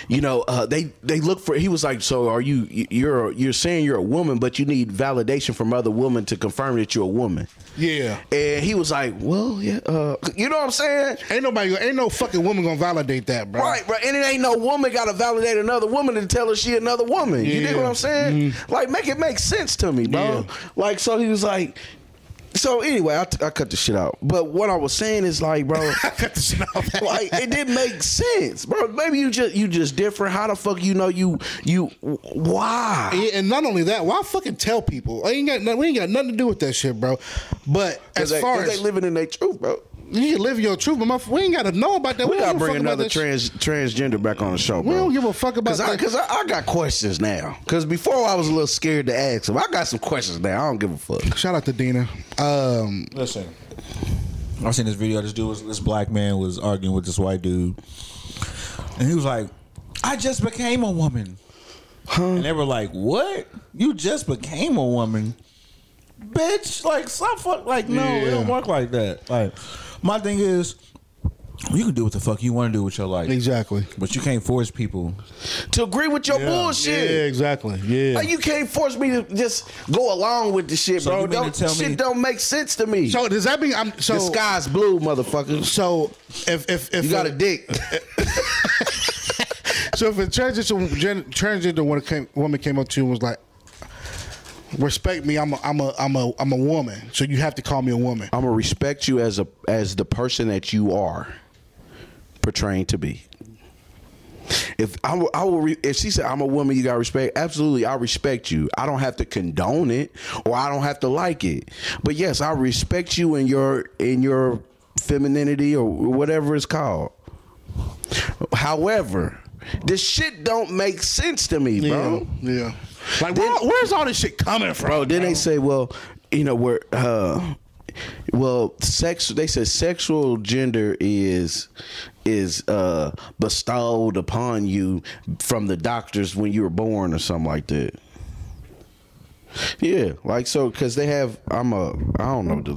S3: You know, uh, they they look for. He was like, "So are you? You're you're saying you're a woman, but you need validation from other women to confirm that you're a woman."
S2: Yeah.
S3: And he was like, "Well, yeah, uh, you know what I'm saying?
S2: Ain't nobody. Ain't no fucking woman gonna validate that, bro.
S3: Right, bro. And it ain't no woman got to validate another woman to tell her she another woman. You
S2: Yeah. Mm-hmm.
S3: dig what I'm saying? Like, make it make sense to me, bro.
S2: Yeah.
S3: Like, so he was like, so anyway, I, t- I cut the shit out. But what I was saying is like, bro.
S2: Cut the shit off.
S3: like it didn't make sense, bro. Maybe you just you just different. How the fuck you know you you why?
S2: Yeah, and not only that, why fucking tell people? I ain't got. no- We ain't got nothing to do with that shit, bro. But as
S3: they,
S2: far
S3: 'cause
S2: as
S3: they living in their truth, bro.
S2: you can live your truth, but my, we ain't gotta know about that.
S3: We
S2: don't
S3: gotta
S2: give a
S3: bring
S2: fuck about
S3: another
S2: that shit.
S3: trans transgender back on the show, bro.
S2: We don't give a fuck about
S3: Cause I,
S2: that.
S3: cause I, I got questions now. Cause before I was a little scared to ask them. I got some questions now. I don't give a fuck.
S2: Shout out to Dina. Um,
S4: Listen, I seen this video. This dude, was, this black man, was arguing with this white dude, and he was like, "I just became a woman," and they were like, "What? You just became a woman, bitch? Like, stop fuck! Like, no, it
S2: Yeah.
S4: don't work like that. Like, my thing is." You can do what the fuck you want to do with your life,
S2: Exactly.
S4: but you can't force people.
S3: to agree with your bullshit.
S2: Yeah, exactly. Yeah.
S3: Like, you can't force me to just go along with the shit,
S4: So
S3: bro.
S4: you mean to
S3: Don't,
S4: tell
S3: shit
S4: me-
S3: don't make sense to me.
S2: so does that mean I'm so
S3: the sky's blue, motherfucker.
S2: so if if if
S3: You got a dick.
S2: So if a transgender gen, transgender woman came, woman came up to you and was like, "Respect me, I'm a I'm a I'm a I'm a woman, so you have to call me a woman."
S3: I'm gonna respect you as a as the person that you are portraying to be. If I will, I will re, if she said I'm a woman, you got to respect. Absolutely, I respect you. I don't have to condone it or I don't have to like it. But yes, I respect you in your in your femininity or whatever it's called. However, this shit don't make sense to me, bro.
S2: Yeah. Like, where, where's all this shit coming from?
S3: Bro, then they say, well, you know, we're uh well, sex they said sexual gender is is uh bestowed upon you from the doctors when you were born or something like that. Yeah, like so, because they have. I'm a. I don't know the,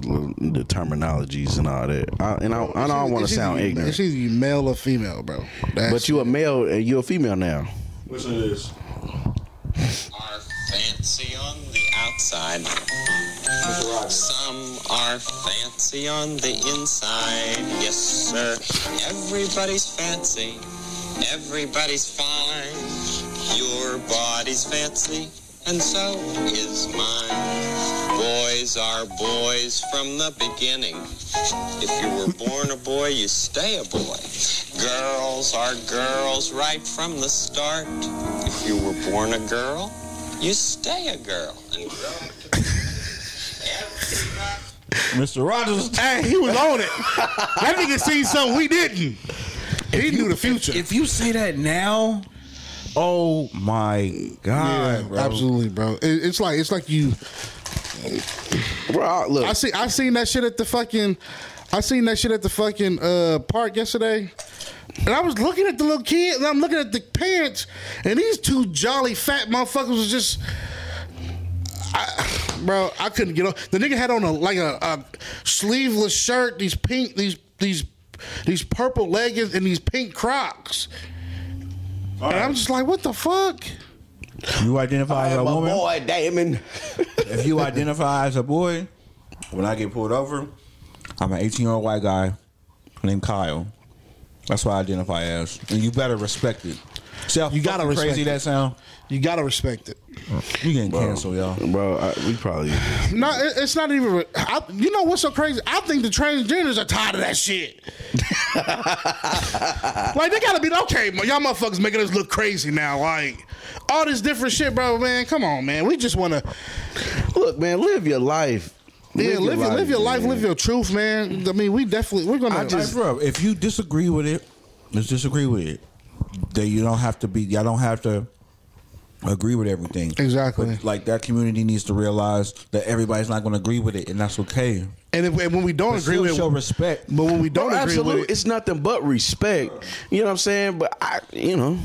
S3: the terminologies and all that. I, and I, I don't want to sound ignorant.
S2: It's either you male or female, bro. That's,
S3: But you a male and you a female now.
S1: Listen to this.
S5: are fancy on the outside. Some are fancy on the inside. Yes, sir. Everybody's fancy. Everybody's fine. Your body's fancy, and so is mine. Boys are boys from the beginning. If you were born a boy, you stay a boy. Girls are girls right from the start. If you were born a girl, you stay a girl and grow. Everybody-
S4: Mr. Rogers,
S2: hey, he was on it. that nigga seen something we didn't. He knew the future.
S4: if you say that now, oh my god,
S2: yeah,
S4: bro.
S2: absolutely, bro. It, it's like it's like you.
S3: Bro, I- look,
S2: I see. I seen that shit at the fucking. I seen that shit at the fucking uh, park yesterday, and I was looking at the little kid, and I'm looking at the parents, and these two jolly fat motherfuckers was just. I, bro, I couldn't get on. The nigga had on a like a, a sleeveless shirt, these pink, these these these purple leggings, and these pink Crocs. And I'm just like, what the fuck?
S4: You identify as a
S3: my
S4: woman.
S3: boy Damon.
S4: If you identify as a boy, when I get pulled over, I'm an 18 year old white guy named Kyle. That's what I identify as, and you better respect it. See how
S2: You gotta
S4: fucking
S2: respect
S4: crazy
S2: it.
S4: that sound.
S2: You gotta respect it.
S4: You getting canceled, y'all.
S3: Bro, I, we probably.
S2: No, it- it's not even. I, you know what's so crazy? I think the transgenders are tired of that shit. like they gotta be okay. Y'all motherfuckers making us look crazy now. Like all this different shit, bro. Man, come on, man. We just wanna
S3: Look, man, live your life.
S2: yeah, live your live your life, live your truth, man. I mean, we definitely we're gonna.
S3: I just-
S4: Like, bro, if you disagree with it, just disagree with it. That you don't have to be. Y'all don't have to agree with everything.
S2: Exactly.
S4: But, like that community needs to realize that everybody's not going to agree with it, and that's okay.
S2: and, if, and when we don't agree
S4: Still
S2: with,
S4: show respect.
S2: but when we
S3: Don't
S2: don't
S3: Bro,
S2: agree
S3: absolutely,
S2: with it,
S3: it's nothing but respect. You know what I'm saying? But I, you know,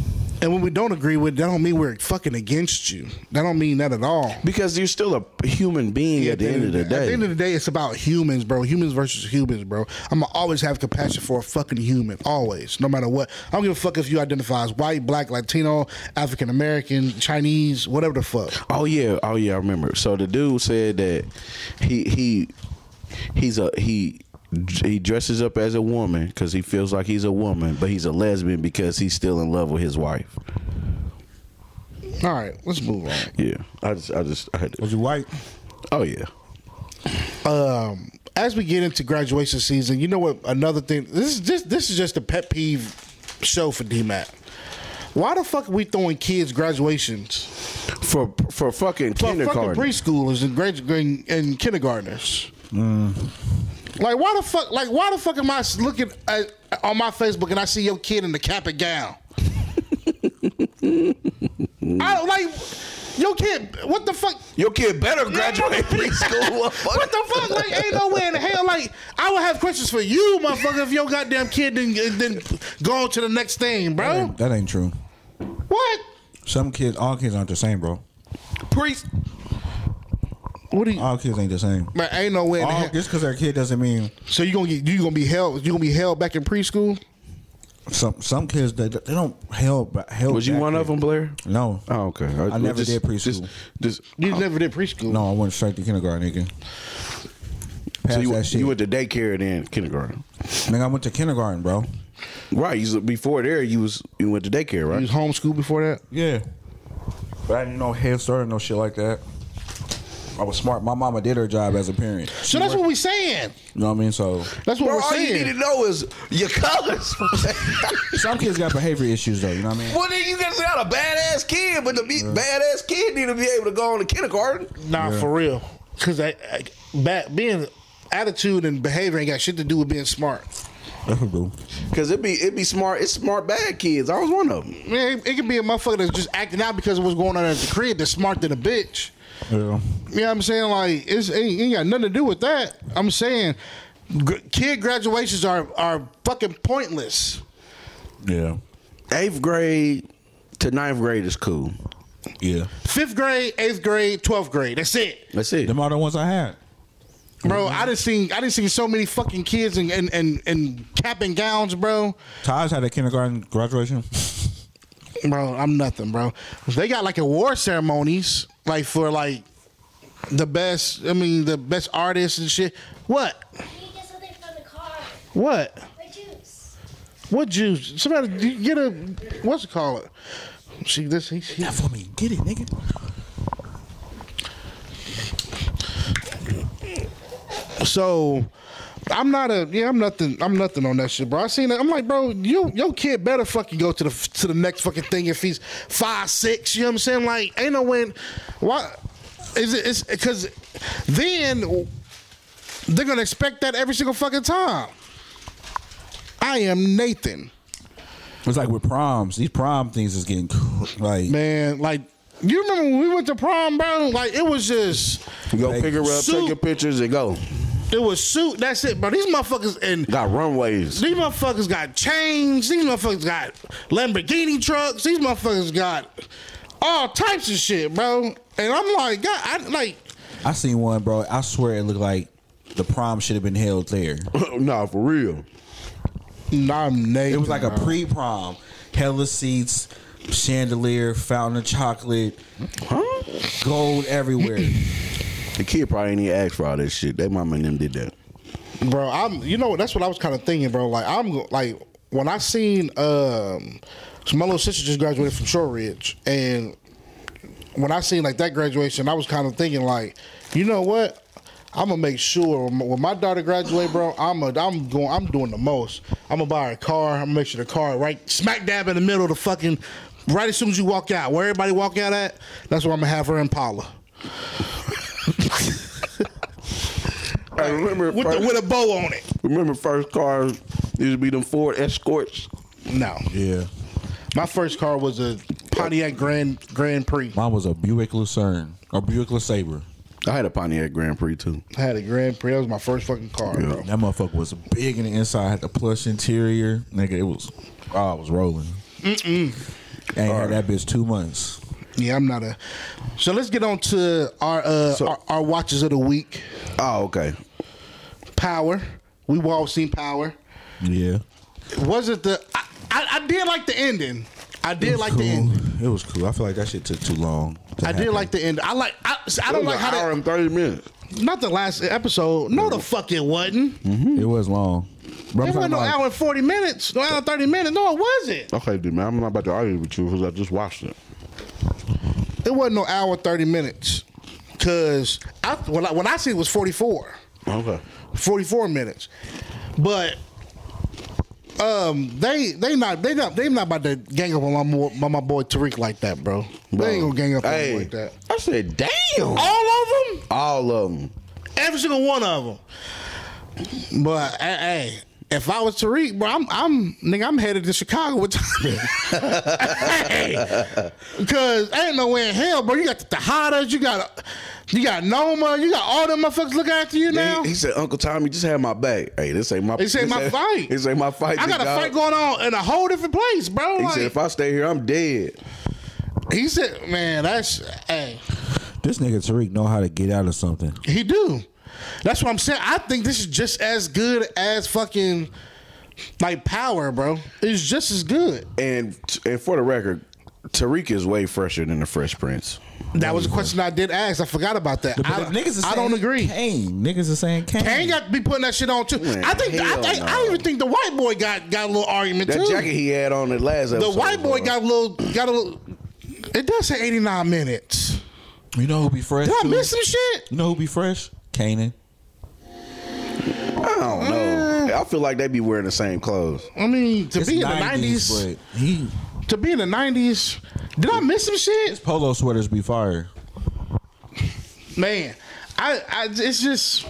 S2: and when we don't agree with, it, that don't mean we're fucking against you. That don't mean that at all.
S3: because you're still a human being at the end of the
S2: At the
S3: day.
S2: end of the day, it's about humans, bro. Humans versus humans, bro. I'm gonna always have compassion for a fucking human, always, no matter what. I don't give a fuck if you identify as white, black, Latino, African American, Chinese, whatever the fuck.
S3: Oh yeah, oh yeah, I remember. So the dude said that he he he's a he he dresses up as a woman because he feels like he's a woman, but he's a lesbian because he's still in love with his wife.
S2: All right, let's move on.
S3: Yeah, I just I just I had to,
S4: Was you white?
S3: oh yeah.
S2: Um, as we get into graduation season, you know what? Another thing. This is just this is just a pet peeve show for DMAT. Why the fuck are we throwing kids graduations
S3: For for
S2: for
S3: fucking
S2: fucking
S3: kindergarten.
S2: preschoolers and grade and, and kindergartners? Like why the fuck? Like why the fuck am I looking at, on my Facebook and I see your kid in the cap and gown? I don't like your kid. What the fuck?
S3: Your kid better
S2: Yeah,
S3: graduate preschool.
S2: What the fuck? Like ain't no way in hell. Like I would have questions for you, motherfucker, if your goddamn kid didn't uh, didn't go on to the next thing,
S4: That
S2: bro.
S4: ain't, that ain't true.
S2: What?
S4: Some kids, all kids aren't the same, bro.
S3: priest?
S2: What do you?
S4: All kids ain't the same.
S2: man, ain't no way. in
S4: Uh, All,
S2: hell-
S4: just because they're a kid doesn't mean
S2: So you gonna get you gonna be held you gonna be held back in preschool?
S4: some some kids they, they don't held ba- held.
S3: Was you
S4: back
S3: one of
S4: yet.
S3: them, Blair?
S4: No,
S3: Oh, okay.
S4: I never did preschool.
S3: Just,
S2: You never did preschool.
S4: no, I went straight to kindergarten again. Past
S3: so you,
S4: that shit.
S3: you went to daycare then kindergarten,
S4: Nigga, I went to kindergarten, bro.
S3: right? You, was- before there, you was you went to daycare,
S2: You
S3: right?
S2: was homeschooled before that.
S4: Yeah, but I didn't know head start or no shit like that. I was smart. My mama did her job as a parent.
S2: So that's what we saying.
S4: You know what I mean? So
S2: That's what
S3: Bro,
S2: we're
S3: all you
S2: saying.
S3: need to know is your colors.
S4: some kids got behavior issues though. You know what I mean?
S3: well, then you got not a badass kid, but the be- badass kid need to be able to go on to kindergarten.
S2: Nah, for real. Because I, I back, being attitude and behavior ain't got shit to do with being smart.
S4: That's what do.
S3: Cause it be it be smart. It's smart bad kids. I was one of them.
S2: Man, it, it can be a motherfucker that's just acting out because of what's going on at the crib that's smart than a bitch.
S4: Yeah.
S2: You know what I'm saying? Like, it's, it ain't ain't got nothing to do with that. I'm saying gr- kid graduations are, are fucking pointless.
S4: Yeah.
S3: Eighth grade to ninth grade is cool.
S4: Yeah.
S2: Fifth grade, eighth grade, twelfth grade. That's it.
S3: That's it.
S4: Them are the ones I had.
S2: Bro, I done seen I done seen so many fucking kids in in, in, in cap and gowns, bro.
S4: Taj had a kindergarten graduation.
S2: Bro, I'm nothing, bro. They got like award ceremonies, like for like the best. I mean, the best artists and shit. What?
S1: We need to get something from the car.
S2: What?
S1: My juice.
S2: What juice? Somebody d- get a what's it called? See this? He, he,
S4: for me. Get it, nigga.
S2: so. I'm not a yeah. I'm nothing. I'm nothing on that shit, bro. I seen that. I'm like, bro, you your kid better fucking go to the to the next fucking thing if he's five six. You know what I'm saying? Like, ain't no when. Why is it? It's because then they're gonna expect that every single fucking time. I am Nathan,
S4: It's like with proms. These prom things is getting cr- like
S2: man. Like, you remember when we went to prom, bro? Like, it was just.
S3: Go
S4: Like,
S3: pick her up,
S2: suit.
S3: take your pictures, and go.
S2: It was suit. That's it, bro. These motherfuckers and
S3: Got runways.
S2: these motherfuckers got chains. These motherfuckers got Lamborghini trucks. These motherfuckers got all types of shit, bro. And I'm like, God, I like.
S4: I seen one, bro. I swear it looked like the prom should have been held there.
S3: nah, for real.
S2: Nah, I'm
S4: It was like a
S2: pre.
S4: pre-prom, hella seats, chandelier, fountain of chocolate, gold everywhere.
S3: The kid probably ain't even asked for all this shit. Their mama and them did that.
S2: bro i'm you know what, that's what i was kind of thinking bro like i'm go- like when i seen um 'cause my little sister just graduated from shore ridge and when i seen like that graduation i was kind of thinking like you know what i'm gonna make sure when my- when my daughter graduate bro i'm a, i'm going i'm doing the most i'm gonna buy her a car i'm gonna make sure the car right smack dab in the middle of the fucking right as soon as you walk out where everybody walk out at that's where i'm gonna have her impala
S3: I remember
S2: with, the, with a bow on it
S3: remember first cars used to be them Ford Escorts.
S2: no
S4: yeah,
S2: My first car was a Pontiac Grand Grand Prix.
S4: mine was a Buick Lucerne or Buick LeSabre.
S3: I had a Pontiac Grand Prix too.
S2: I had a Grand Prix. That was my first fucking car, bro.
S4: That motherfucker was big in the inside, had the plush interior. Nigga, it was. Oh, I was rolling. Mm-mm. Ain't had that bitch two months.
S2: Yeah, I'm not a. So let's get on to our uh, our, our watches of the week.
S3: Oh, okay.
S2: Power. We've all seen Power.
S4: Yeah,
S2: Was it the? I, I, I did like the ending. I
S4: it
S2: did
S4: was
S2: like
S4: cool.
S2: the ending.
S4: It was cool. I feel like that shit took too long. to
S2: I did
S4: happen.
S2: like the end. I like. I, I don't like how
S3: hour
S2: that.
S3: and thirty minutes.
S2: Not the last episode. No, the fuck it wasn't.
S4: It was long. Bro, I'm
S2: It wasn't
S4: talking
S2: no
S4: about-
S2: hour and forty minutes. No hour and thirty minutes. No, it wasn't.
S3: Okay, dude, man, I'm not about to argue with you because I just watched it.
S2: It wasn't no hour and thirty minutes. Cause I when I, when I see it was forty four.
S3: Okay.
S2: 44 minutes. But um, they they not they not they not about to gang up on my, mo- my, my boy Tariq like that, bro. They ain't gonna gang up on
S3: Hey,
S2: him like that.
S3: I said, damn.
S2: All of them,
S3: All of them.
S2: every single one of them. But hey, hey, if I was Tariq, bro, I'm I'm nigga, I'm headed to Chicago with Hey, Cause ain't no way in hell, bro. You got the Tejadas, you got you got Noma, you got all them motherfuckers looking after you now.
S3: He, he said, Uncle Tommy, just had my back. Hey, this ain't my.
S2: This ain't my fight.
S3: This ain't my fight.
S2: I got a
S3: big dog.
S2: fight going on in a whole different place, bro.
S3: He
S2: Like,
S3: said, if I stay here, I'm dead.
S2: he said, man, that's hey.
S4: This nigga Tariq know how to get out of something.
S2: He do. That's what I'm saying. I think this is just as good as fucking like power, bro. It's just as good.
S3: And and for the record, Tariq is way fresher than the Fresh Prince.
S2: That was a question I did ask. I forgot about that. I,
S4: But niggas is
S2: I don't
S4: saying
S2: agree.
S4: Kane. Niggas are saying Kane.
S2: Kane got to be putting that shit on too.
S3: Man,
S2: I think. I
S3: hell
S2: think. I
S3: no.
S2: even think the white boy got got a little argument
S3: That
S2: too.
S3: jacket he had on the last
S2: the
S3: episode.
S2: white boy
S3: bro.
S2: got a little. Got a little. It does say 89 minutes.
S4: You know who be fresh?
S2: Did I
S4: too?
S2: miss some shit?
S4: You know who be fresh? Kanan.
S3: I don't
S2: Mm.
S3: know. I feel like they be wearing the same clothes.
S2: I mean, to
S4: It's
S2: be in the 90s,
S4: but he
S2: to be in the 90s, did I miss some shit?
S4: polo sweaters be fire.
S2: man, I, I it's just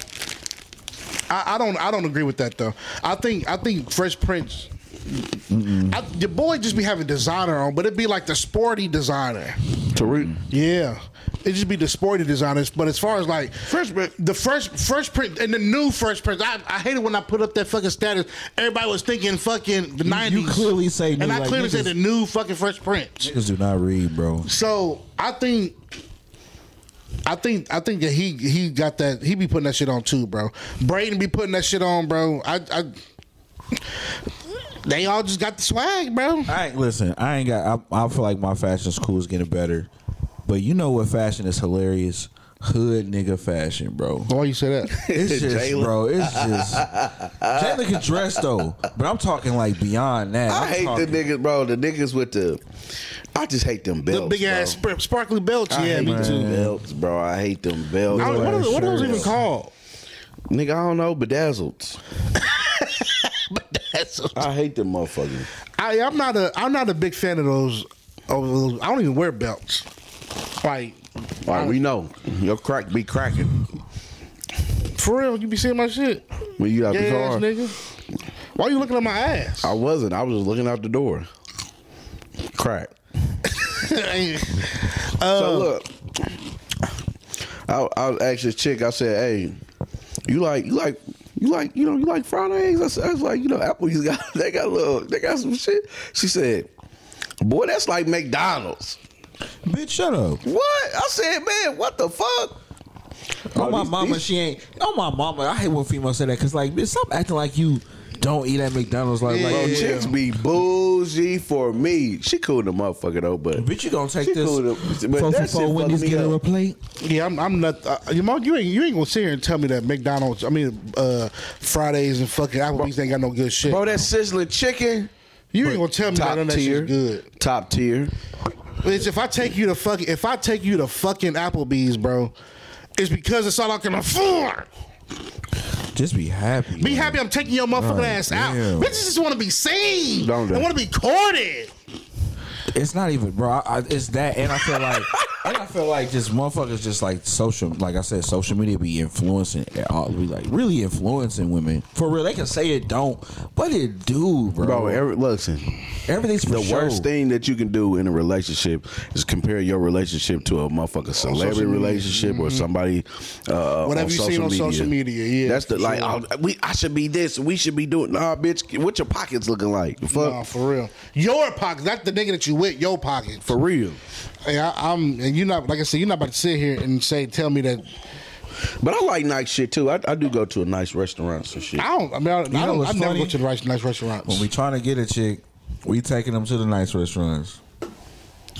S2: I, I don't I don't agree with that though. I think I think Fresh Prince. I, your boy just be having designer on, but it'd be like the sporty designer.
S3: Tariq.
S2: Yeah, it just be the sporty designers. But as far as like Fresh Prince, the Fresh Fresh Prince and the new Fresh Prince, I, I hated when I put up that fucking status. Everybody was thinking fucking the nineties.
S4: clearly say
S2: and
S4: new,
S2: I
S4: like,
S2: clearly said
S4: niggas-
S2: the new fucking Fresh Prince.
S4: Niggas do not read, bro.
S2: So I think, I think, I think that he he got that. He be putting that shit on too, bro. Braden be putting that shit on, bro. I, I they all just got the swag, bro.
S4: I ain't listen. I ain't got. I, I feel like my fashion school is getting better, but you know what? Fashion is hilarious. Hood nigga fashion, bro.
S2: Why you say that?
S4: It's just,
S3: Jalen.
S4: bro. It's just. Jalen can dress though, but I'm talking like beyond that.
S3: I
S4: I'm
S3: hate
S4: talking-
S3: the niggas, bro. The niggas with the. I just hate them belts.
S2: The big ass
S3: bro.
S2: sp- sparkly belts.
S3: I
S2: Yeah,
S3: hate
S2: me
S3: them
S2: too.
S3: belts, bro. I hate them belts.
S2: I don't- what, are, what are those
S3: Shirts.
S2: even called?
S3: Nigga, I don't know. Bedazzled. I hate them motherfuckers.
S2: I, I'm not a I'm not a big fan of those. Of those. I don't even wear belts. Like
S3: All right, we know your crack be cracking
S2: for real, you be seeing my shit.
S3: when you out
S2: Yeah,
S3: the car.
S2: ass nigga. Why you looking at my ass?
S3: I wasn't. I was just looking out the door. Crack.
S4: Um,
S3: so look, I, I was asked this chick. I said, "Hey, you like you like." You like you know you like fried eggs? I, said, I was like you know Applebee's got they got a little they got some shit. She said, "Boy, that's like McDonald's."
S4: Bitch, shut up.
S3: What? I said, man, what the fuck?
S4: oh my
S3: these-
S4: mama,
S3: these-
S4: she ain't. Oh my mama, I hate when females say that because like, bitch, stop acting like you don't eat at McDonald's. Like,
S3: Bro,
S4: like
S3: chicks be bougie for me. She cool the motherfucker though, but
S4: bitch, you gonna take
S3: She
S4: this
S3: cool, but
S4: from
S3: that shit
S4: before
S3: fucked
S4: Wendy's
S3: me
S4: get her a
S3: up.
S4: plate?
S2: Yeah, I'm, I'm not. Uh, you, know, you ain't you ain't gonna sit here and tell me that McDonald's, I mean uh, Fridays and fucking Applebee's ain't got no good shit.
S3: bro, that sizzling chicken,
S2: you ain't gonna tell me that
S3: top
S2: none of that
S3: tier,
S2: shit's good.
S3: top tier.
S2: Bitch, if I take you to fucking if I take you to fucking Applebee's, bro, it's because it's all I can afford.
S4: Just be happy.
S2: Be
S4: man.
S2: happy I'm taking your motherfucking
S4: God
S2: ass out.
S4: Mm. damn.
S2: Bitches just want to be seen.
S3: Don't
S2: they
S3: they?
S2: want to be courted.
S4: It's not even, bro. I, I, it's that, and I feel like, and I feel like just motherfuckers, just like social, like I said, social media be influencing, all, be like really influencing women for real. They can say it don't, but it do, bro.
S3: Bro, every, listen,
S4: Everything's for
S3: the
S4: show.
S3: worst thing that you can do in a relationship is compare your relationship to a motherfucker celebrity relationship or somebody uh,
S2: Mm-hmm. Whatever
S3: on
S2: you seen
S3: social
S2: on
S3: media.
S2: social media, yeah,
S3: That's the
S2: for
S3: like,
S2: sure.
S3: oh, we I should be this, we should be doing. Nah, bitch, what your pockets looking like? The Fuck,
S2: Nah, for real. Your pocket, not the nigga that you with. Your pocket.
S3: for real.
S2: Hey, I, I'm and you're not like I said. You're not about to sit here and say tell me that
S3: But I like nice shit too. I, I do go to a nice restaurant and shit.
S2: I don't. I mean, I, I
S4: know
S2: don't.
S4: what's
S2: I never
S4: funny?
S2: go to the right, nice restaurants.
S4: When we trying to get a chick, we taking them to the nice restaurants,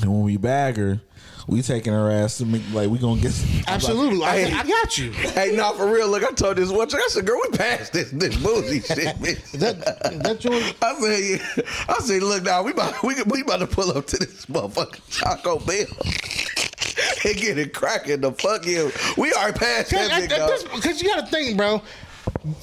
S4: and when we bag her, we taking her ass to Mc- like we gonna get.
S2: Absolutely, I,
S3: Hey.
S2: I got you.
S3: Hey, no, for real. Look, I told this one chick. I said, "Girl, we passed this this boozy shit, bitch."
S2: That that yours?
S3: I said, yeah. "I said, look, now we about we, we about to pull up to this motherfucking Taco Bell and get it cracking the fuck you. We are past that big dog.
S2: Because you got to think, bro.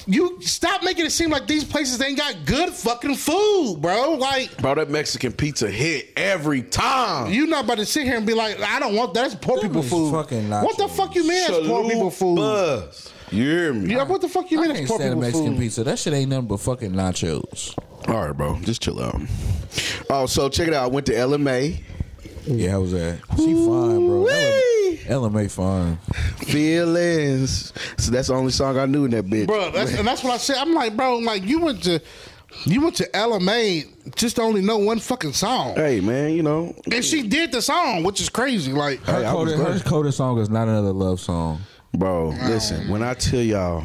S2: You stop making it seem like these places ain't got good fucking food, bro. Like
S3: Bro, that Mexican pizza hit every time.
S2: you not about to sit here and be like, I don't want that. That's poor
S4: That
S2: people
S4: was
S2: food.
S4: fucking
S2: what the
S4: nachos.
S2: fuck you mean? It's poor
S3: Salute
S2: people food.
S3: Buzz. You hear me?
S2: Yeah, what the fuck you
S4: I
S2: mean?
S4: can't
S2: It's poor
S4: stand a
S2: people
S4: Mexican
S2: food.
S4: pizza. That shit ain't nothing but fucking nachos.
S3: All right, bro, just chill out. Oh, so check it out. I went to LMA. Mm.
S4: Yeah, how was that? She fine, bro.
S3: Ooh-wee.
S4: LMA, LMA fine.
S3: Feelings. So that's the only song I knew in that bitch.
S2: Bro, that's, and that's what I said. I'm like, bro, like you went to You went to LMA just to only know one fucking song.
S3: Hey man, you know,
S2: And she did the song, which is crazy. Like,
S3: hey, I was
S4: Coda, her
S3: glad.
S4: Coda song is not another love song.
S3: bro.
S2: Oh.
S3: Listen, when I tell y'all,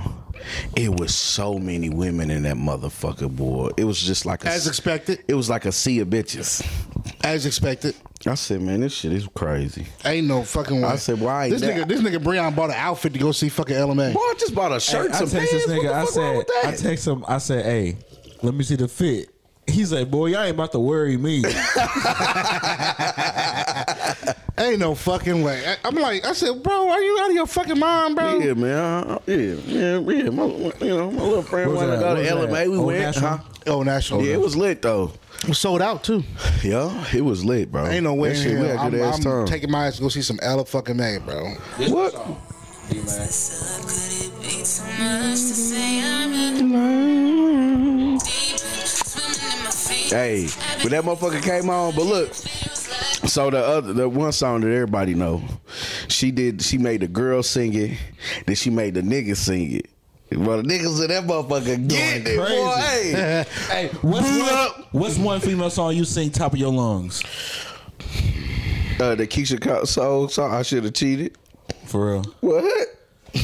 S3: it was so many women in that motherfucker boy. It was just like a,
S2: as expected,
S3: it was like a sea of bitches.
S2: as expected,
S3: I said, man, this shit is crazy.
S2: ain't no fucking way.
S3: I said, why ain't
S2: this
S3: that-
S2: nigga, this nigga Breon bought an outfit to go see fucking LMA.
S3: Boy, I just bought a shirt.
S4: I
S3: some
S4: text this
S3: pants. What
S4: nigga.
S3: the
S4: I
S3: fuck wrong
S4: said,
S3: with that?
S4: I text him. I said, hey, let me see the fit. He's like, boy, y'all ain't about to worry me.
S2: Ain't no fucking way. I, am like, I said, bro, are you out of your fucking mind, bro?
S3: Yeah, man. Uh, yeah, yeah, yeah. My, my- you know, my little friend
S4: What was
S3: wanted to go
S4: that?
S3: to
S4: What was that?
S3: LMA. We
S4: Old
S3: went.
S4: National?
S3: Huh?
S2: Oh, national.
S3: Yeah, it was lit though.
S2: was sold out too.
S3: Yeah, it was lit, bro.
S2: Ain't no way.
S3: That
S2: in
S3: shit, we
S2: hell.
S3: had
S2: I'm,
S3: good ass
S2: I'm
S3: time.
S2: taking my ass to go see some Ella fucking May, bro.
S3: what? Hey, but that motherfucker came on. But look, so the other, the one song that everybody know, she did. She made the girl sing it, then she made the nigga sing it. Well, the niggas in that motherfucker getting it, boy.
S4: crazy.
S3: Hey.
S4: hey, what's
S3: Boot
S4: one,
S3: up.
S4: what's one female song you sing top of your lungs?
S3: uh, the Keisha Cole song, song, I should have cheated.
S4: For real.
S3: What?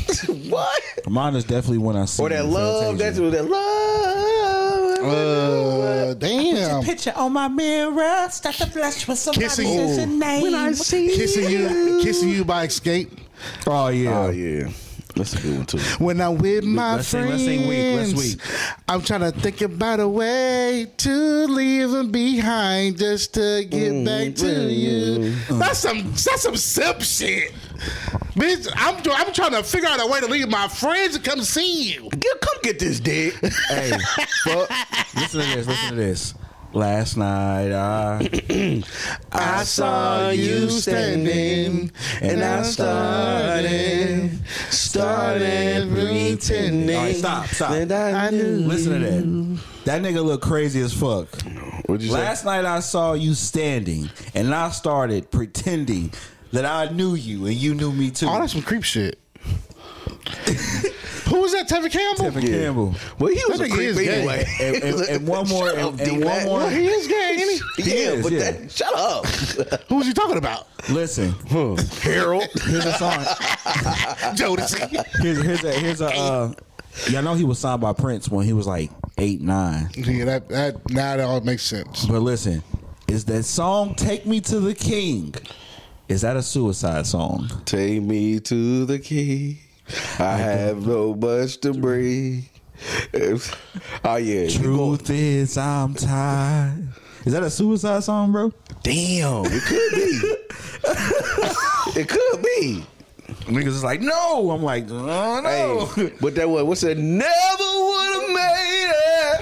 S3: what?
S4: Mine is definitely one I sing.
S3: Or that
S4: in
S3: love? That's
S4: Fantasia.
S3: that love.
S2: Uh, damn.
S6: Picture on my mirror, start to blush when somebody
S2: Kissing
S6: says
S2: you.
S6: your name.
S3: when I see
S2: Kissing you, kissing you by escape.
S4: Oh yeah.
S3: Oh yeah, that's a good one too.
S2: When I'm with my
S4: Let's sing-
S2: friends,
S4: let's sing weak, let's weak.
S2: I'm trying to think about a way to leave them behind just to get
S4: Mm,
S2: back to you. That's some that's some simp shit, bitch. I'm tr- I'm trying to figure out a way to leave my friends and come see you.
S3: Get, come get this dick.
S4: Hey, fuck. listen to this. Listen to this. Last night I
S3: I saw you standing, and I started, started pretending.
S4: All right, stop, stop.
S3: that I knew.
S4: listen to that. That nigga look crazy as fuck.
S3: What'd you
S4: Last night I saw you standing, and I started pretending that I knew you and you knew me too.
S2: Oh, that's some creep shit. Who was that, Tevin Campbell?
S4: Tevin Campbell.
S3: Well, he was
S2: That
S3: a
S2: nigga
S3: creep
S2: is gay.
S3: anyway.
S4: And, and- and one more,
S3: Shut up,
S4: and, and one
S3: D-Mac.
S4: more.
S2: Well, he is gay. Ain't
S3: Yeah,
S4: is,
S3: but
S4: yeah.
S3: that shut up,
S2: he? Who was you talking about?
S4: Listen,
S3: Harold.
S4: here's a song.
S2: Jodeci.
S4: Here's here's a here's a. Uh, y'all know he was signed by Prince when he was like eight nine.
S2: yeah, that that now that all makes sense.
S4: But listen, is that song "Take Me to the King"? Is that a suicide song?
S3: Take me to the key. I have no much to breathe. It's- Oh yeah, you go-
S4: Truth is, I'm tired. Is that a suicide song, bro?
S3: damn, it could be. it could be.
S4: Niggas is like, no. I'm like, oh, no.
S3: Hey, but that was what's that? Never would have made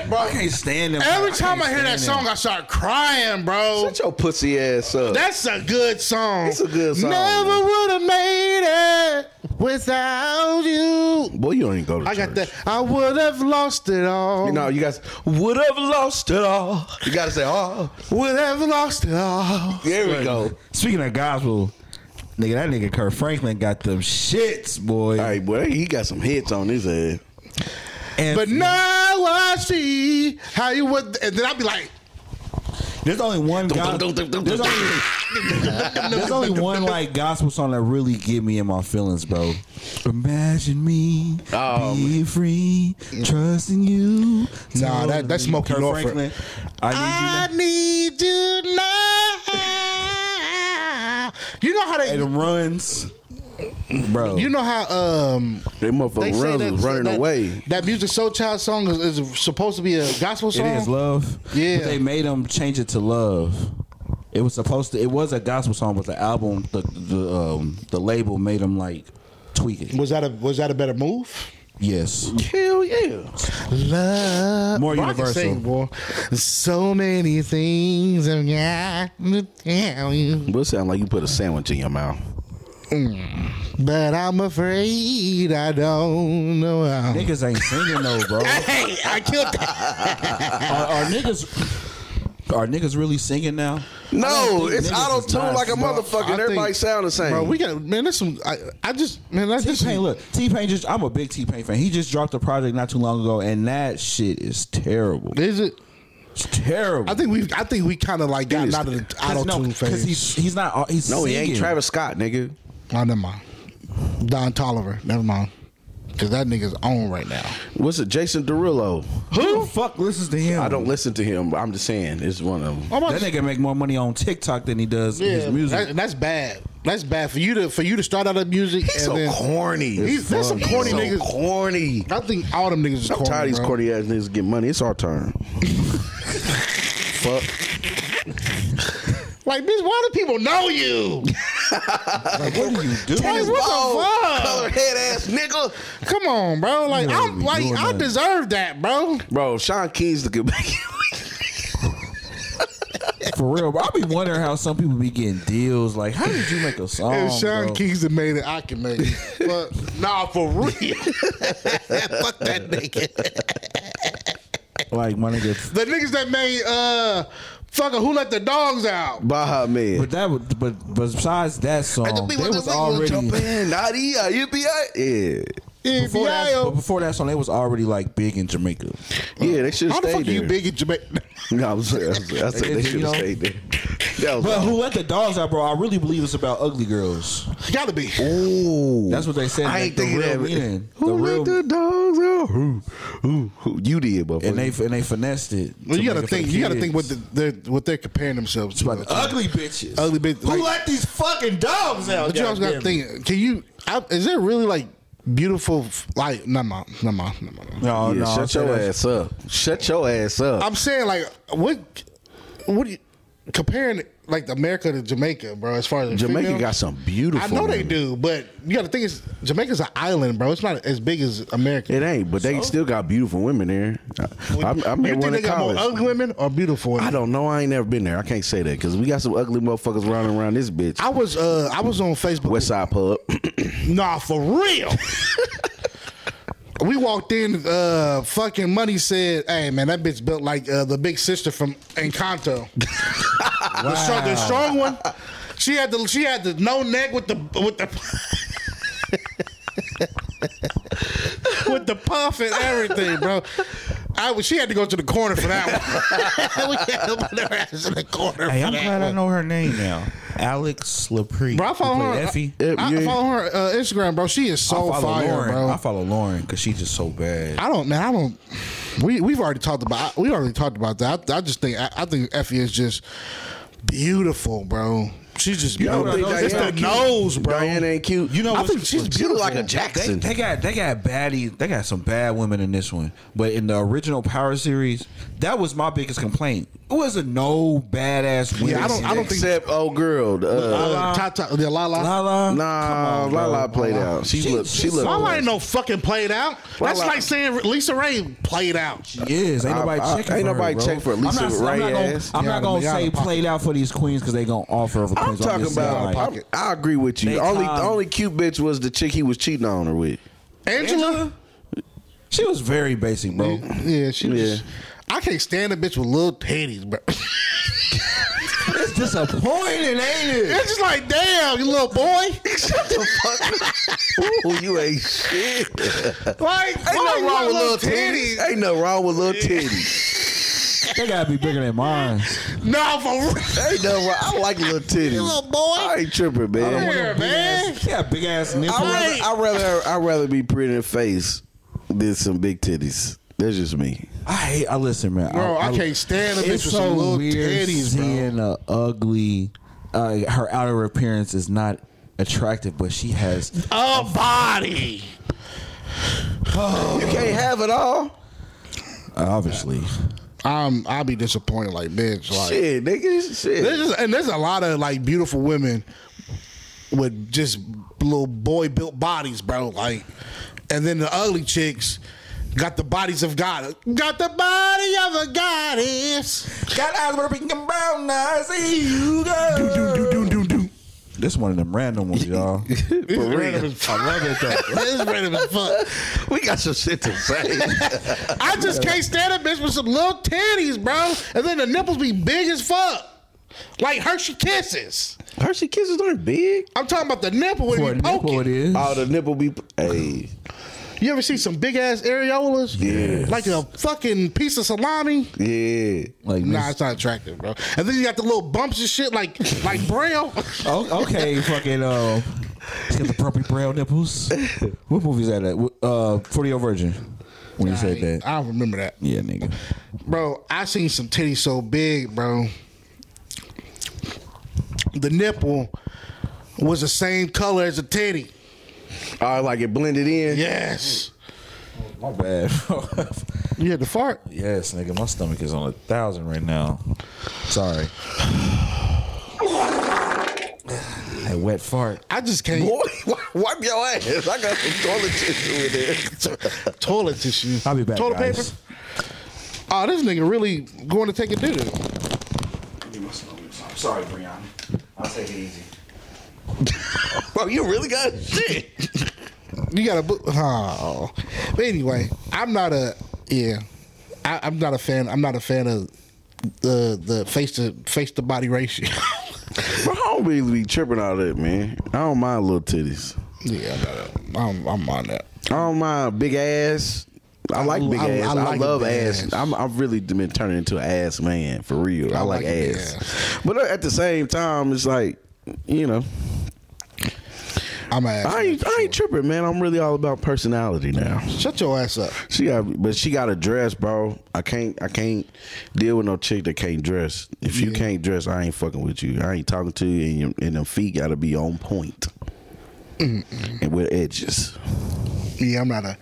S3: it.
S4: Bro, I can't stand them.
S2: Every
S4: can't
S2: time I hear that
S4: stand
S2: song,
S4: them.
S2: I start crying, bro.
S3: Shut your pussy ass up.
S2: That's a good song.
S3: It's a good song.
S2: Never would have made it without you.
S3: Boy, you don't even go to
S2: I got
S3: church.
S2: that. Oh. I would have lost it all.
S3: You know, you guys would have lost it all. You gotta say, oh,
S2: would have lost it all.
S3: there we go.
S4: Speaking of gospel, nigga, that nigga Kurt Franklin got them shits, boy.
S3: All right, boy, he got some hits on his head.
S4: And
S2: But now I see how you would. And then I'd be like,
S4: there's only one God,
S3: dum, dum, dum,
S4: there's,
S3: dum,
S4: only, there's only one like gospel song that really get me in my feelings, bro. Imagine me
S3: Oh,
S4: be free, trusting you.
S2: Nah, that- that's Smokey
S4: Kurt
S2: Lawford.
S4: Franklin. I need you.
S2: I
S4: now.
S2: need you now. You know how
S4: Hey,
S2: they.
S4: them runs, bro.
S2: You know how um
S3: They
S2: they
S3: motherfucking
S2: say
S3: runs
S2: that,
S3: was running
S2: that,
S3: away.
S2: That music soul child song is, is supposed to be a gospel
S4: It
S2: song.
S4: is love.
S2: Yeah.
S4: But they made them change it to love. It was supposed to. It was a gospel song, but the album, the the um, the label made them like tweak it.
S2: Was that a was that a better move?
S4: Yes.
S3: Hell yeah.
S2: Love
S4: More
S2: Boy, I can
S4: universal.
S2: sing, boy. So many things I've got to tell you,
S3: But it sound like you put a sandwich in your mouth.
S2: but I'm afraid I don't know how.
S4: Niggas ain't singing though, bro.
S2: Hey, I killed that.
S4: Are, are niggas? Are niggas really singing now?
S3: No,
S4: think
S3: it's
S4: niggas
S3: auto
S4: is
S3: tune
S4: nice,
S3: like a
S4: bro.
S3: motherfucker.
S2: I
S3: and Everybody
S2: think-
S3: sound the same.
S2: Bro, we got man. That's some. I, I just man. That's just
S4: T-Pain, look, T-Pain just, I'm a big T-Pain fan. He just dropped a project not too long ago, and that shit is terrible.
S2: Is it?
S4: It's terrible.
S2: I think we. I think we kind of like got out of the auto tune phase.
S4: he's, he's not, uh, he's
S3: no, he
S4: singing.
S3: ain't Travis Scott, nigga.
S2: oh, never mind. Don Tolliver. Never mind. Cause that nigga's on right now.
S3: What's it? Jason Derulo.
S4: Who the fuck listens to him?
S3: I don't listen to him. but I'm just saying, it's one of them.
S2: I'm about
S4: That
S2: to-
S4: nigga make more money on TikTok than he does his music.
S2: that- that's bad. That's bad for you to for you to start out of music.
S3: He's
S2: and
S3: so
S2: then,
S3: corny.
S2: He's- there's some corny niggas.
S3: He's so Corny.
S2: I think all them niggas is
S3: I'm
S2: corny.
S3: tired of these
S2: bro.
S3: corny ass niggas getting money. It's our turn. Fuck.
S2: Like, bitch, why do people know you?
S4: Like, what do you do?
S2: Like, what the fuck?
S3: Color head ass nigga.
S2: Come on, bro. Like,
S4: don't
S2: I'm
S4: be
S2: like,
S4: doing
S2: I
S4: that.
S2: deserve that, bro.
S3: Bro, Sean Key's the good
S4: For real, bro. I be wondering how some people be getting deals. Like, how did you make a song?
S2: If Sean
S4: bro?
S2: Keys had made it, I can make it. But nah, for real. Fuck that nigga.
S4: Like, my nigga.
S2: The niggas that made uh fucking who let the dogs out.
S3: Baja man.
S4: But that, was- but but besides that song, they was already.
S3: jumping. Nadia, yippee.
S4: Before that, but
S2: NBIO.
S4: before that song, they was already like big in Jamaica.
S3: Yeah, yeah. They should
S2: How
S3: have
S2: the
S3: stayed
S2: fuck
S3: there.
S2: you big in Jamaica?
S3: No, I'm saying, I'm saying, I said
S4: You
S3: they should
S4: know?
S3: have stayed there. That was
S4: But who let the dogs out, bro? I really believe it's about ugly girls.
S2: Gotta be.
S3: Ooh.
S4: That's what they said.
S3: I
S4: like,
S3: ain't
S4: the
S3: thinking
S4: real
S3: that.
S4: meaning.
S3: Who
S4: The
S3: let
S4: real-
S3: the dogs out? Who? Who? Who? You did, motherfucker.
S4: And they and they finessed it.
S2: Well,
S4: to
S2: you gotta
S4: make it for
S2: think.
S4: the
S2: You gotta
S4: kids.
S2: think what the, they're what they're comparing themselves to.
S4: About the ugly bitches.
S2: Ugly bitch-
S4: Who
S2: like-
S4: let these fucking dogs out?
S2: But you also gotta
S4: goddamn it?
S2: think. Can you? I, is there really like beautiful? f- Like, nah, nah, nah, nah, nah, nah.
S4: oh, No,
S3: yeah,
S4: no.
S3: shut
S4: I'm
S3: your
S4: saying
S3: ass up. Shut your ass up.
S2: I'm saying like what? What do you, comparing like America to Jamaica, bro? As far as
S3: Jamaica
S2: females?
S3: got some beautiful.
S2: I know they
S3: women.
S2: do, but you gotta think. It's Jamaica's an island, bro. It's not as big as America.
S3: It ain't, but they still got beautiful women there. I, I, I
S2: you
S3: met
S2: think
S3: one
S2: they
S3: in
S2: got more
S3: college.
S2: ugly women or beautiful? Women?
S3: I don't know. I ain't never been there. I can't say that because we got some ugly motherfuckers running around this bitch.
S2: I was uh I was on Facebook.
S3: West Side Pub.
S2: Nah, for real. we walked in. Uh, fucking money said, "Hey man, that bitch built like uh, the big sister from Encanto. the, strong, the strong one. She had the she had the no neck with the with the." With the puff and everything, bro. I was, she had to go to the corner for that one. we had to put her ass in the corner.
S4: Hey,
S2: for
S4: I'm
S2: that
S4: glad I
S2: one.
S4: know her name now. Alex Lapre.
S2: Bro, I follow
S4: Who
S2: her.
S4: played
S2: I,
S4: Effie.
S3: Yeah,
S2: I
S3: yeah.
S2: follow her uh, Instagram, bro. She is so fire,
S4: Lauren.
S2: bro.
S4: I follow Lauren because she's just so bad.
S2: I don't, man. I don't. We we've already talked about. We already talked about that. I, I just think. I, I think Effie is just beautiful, bro. She's just.
S3: You don't
S2: beautiful.
S3: think
S2: it's the
S3: Diane cute?
S2: nose, bro.
S3: Diane ain't cute.
S4: You know
S2: I
S4: what's-
S2: think she's
S3: She look
S2: beautiful.
S3: like a
S4: They,
S3: Jackson.
S4: they got they got baddie. They got some bad women in this one, but in the original Power series, that was my biggest complaint. It wasn't no badass women.
S2: Yeah, I don't- I don't think-
S3: Except old girl. Uh,
S2: Uh, Tata, the Lala.
S4: Lala,
S3: nah,
S4: come on, bro.
S3: Lala played out. She,
S4: She-
S3: looked. She
S4: she's
S3: looked.
S2: Lala ain't no fucking played out. That's
S3: Lala-
S2: like saying Lisa Ray played out.
S4: She is. Ain't
S3: I-
S4: nobody
S3: I-
S4: checking.
S3: ain't
S4: for
S3: nobody
S4: her, bro.
S3: check for Lisa
S4: I'm not, I'm not
S3: Ray
S4: gonna,
S3: ass.
S4: I'm
S2: Yeah,
S4: not gonna
S2: y'all
S4: say
S2: pocket.
S4: played out for these queens because they gonna offer for
S3: I'm
S4: queens.
S3: talking
S4: just saying,
S3: about.
S4: like,
S3: I'm- I agree with you.
S4: They
S3: Only
S4: time-
S3: the only cute bitch was the chick he was cheating on her with.
S2: Angela.
S4: She was very basic, bro.
S2: Yeah, she was.
S3: Yeah.
S2: I can't stand a bitch with little titties, bro.
S4: It's disappointing, ain't it?
S2: it's just like, damn, you little boy.
S3: Shut the fuck up. Ooh, you ain't shit.
S2: like,
S3: Ain't nothing wrong with little
S2: titties.
S3: titties. Ain't nothing wrong with little titties.
S4: They gotta be bigger than mine.
S2: Nah, for real.
S3: Ain't nothing wrong. I like little titties.
S2: little boy.
S3: I ain't tripping, man.
S2: Yeah, man.
S4: Yeah, big ass
S3: I'd
S4: nipple.
S3: rather, I'd rather I'd rather be pretty in the face than some big titties. That's just me.
S4: I hate. I listen, man.
S2: Bro, I can't stand a bitch with
S4: It's so
S2: some little
S4: weird
S2: titties, bro.
S4: seeing a ugly. Uh, her outer appearance is not attractive, but she has.
S2: A body.
S3: You can't have it all.
S4: Obviously,
S2: I'm I'll be disappointed like bitch. Like
S3: Shit, nigga.
S2: there's
S3: Shit.
S2: just- and there's a lot of like beautiful women with just little boy built bodies, bro. Like and then the ugly chicks got the bodies of God. Got the body of a goddess.
S4: got eyes with a pink and brown eyes. Hey, you go.
S2: Do, do, do, do, do.
S4: This one of them random ones, y'all.
S3: For real.
S4: I love it though.
S2: That is random as fuck.
S3: We got some shit to say.
S2: I just can't stand a bitch with some little titties, bro. And then the nipples be big as fuck. Like Hershey Kisses.
S3: Hershey kisses aren't big.
S2: I'm talking about the nipple when
S4: For a
S2: you poke
S4: nipple
S2: it.
S4: it is.
S3: Oh, the nipple be. Hey,
S2: You ever see some big ass areolas?
S3: Yes.
S2: Like uh, a fucking piece of salami?
S3: yeah.
S4: Like
S2: Nah,
S4: nah,
S2: it's not attractive, bro. And then you got the little bumps and shit like like braille.
S4: Oh, okay, fucking um Let's get the puppy braille nipples. What movie is that at? What- Uh Forty Year Virgin. When you said that.
S2: I don't remember that.
S4: yeah, nigga.
S2: Bro, I seen some titties so big, bro. The nipple was the same color as the titty.
S3: Oh, like it blended in.
S2: Yes.
S4: My bad.
S2: You had to fart.
S4: yes, nigga, my stomach is on a thousand right now. Sorry. A wet fart.
S2: I just can't.
S3: Boy, wipe your ass. I got some toilet tissue in there.
S2: Toilet tissue.
S4: I'll be back.
S2: Toilet
S4: guys.
S2: paper. Oh, this nigga really going to take a doo doo.
S3: I'm sorry, Brianna. I'll take it easy. Bro, you really got shit.
S2: You got to. bo- Oh. But anyway, I'm not a. Yeah, I, I'm not a fan. I'm not a fan of the the face to face to body ratio.
S3: Bro, I don't really be tripping all that, man. I don't mind little titties.
S2: yeah, I'm, not a, I'm, I'm on that.
S3: I don't mind big ass. I like big
S2: I-
S3: ass.
S2: I
S3: I,
S2: like
S3: love
S2: big
S3: ass.
S2: ass.
S3: I'm I've really been turning into an ass man for real. I, like,
S2: like big
S3: ass. But at the same time, it's like, you know,
S2: I'm an ass.
S3: I ain't, I ain't tripping, man. I'm really all about personality now.
S2: Shut your ass up.
S3: She got, but she got a dress, bro. I can't, I can't deal with no chick that can't dress. If you can't dress, I ain't fucking with you. I ain't talking to you, and your and them feet got to be on point and with edges.
S2: Yeah, I'm not a,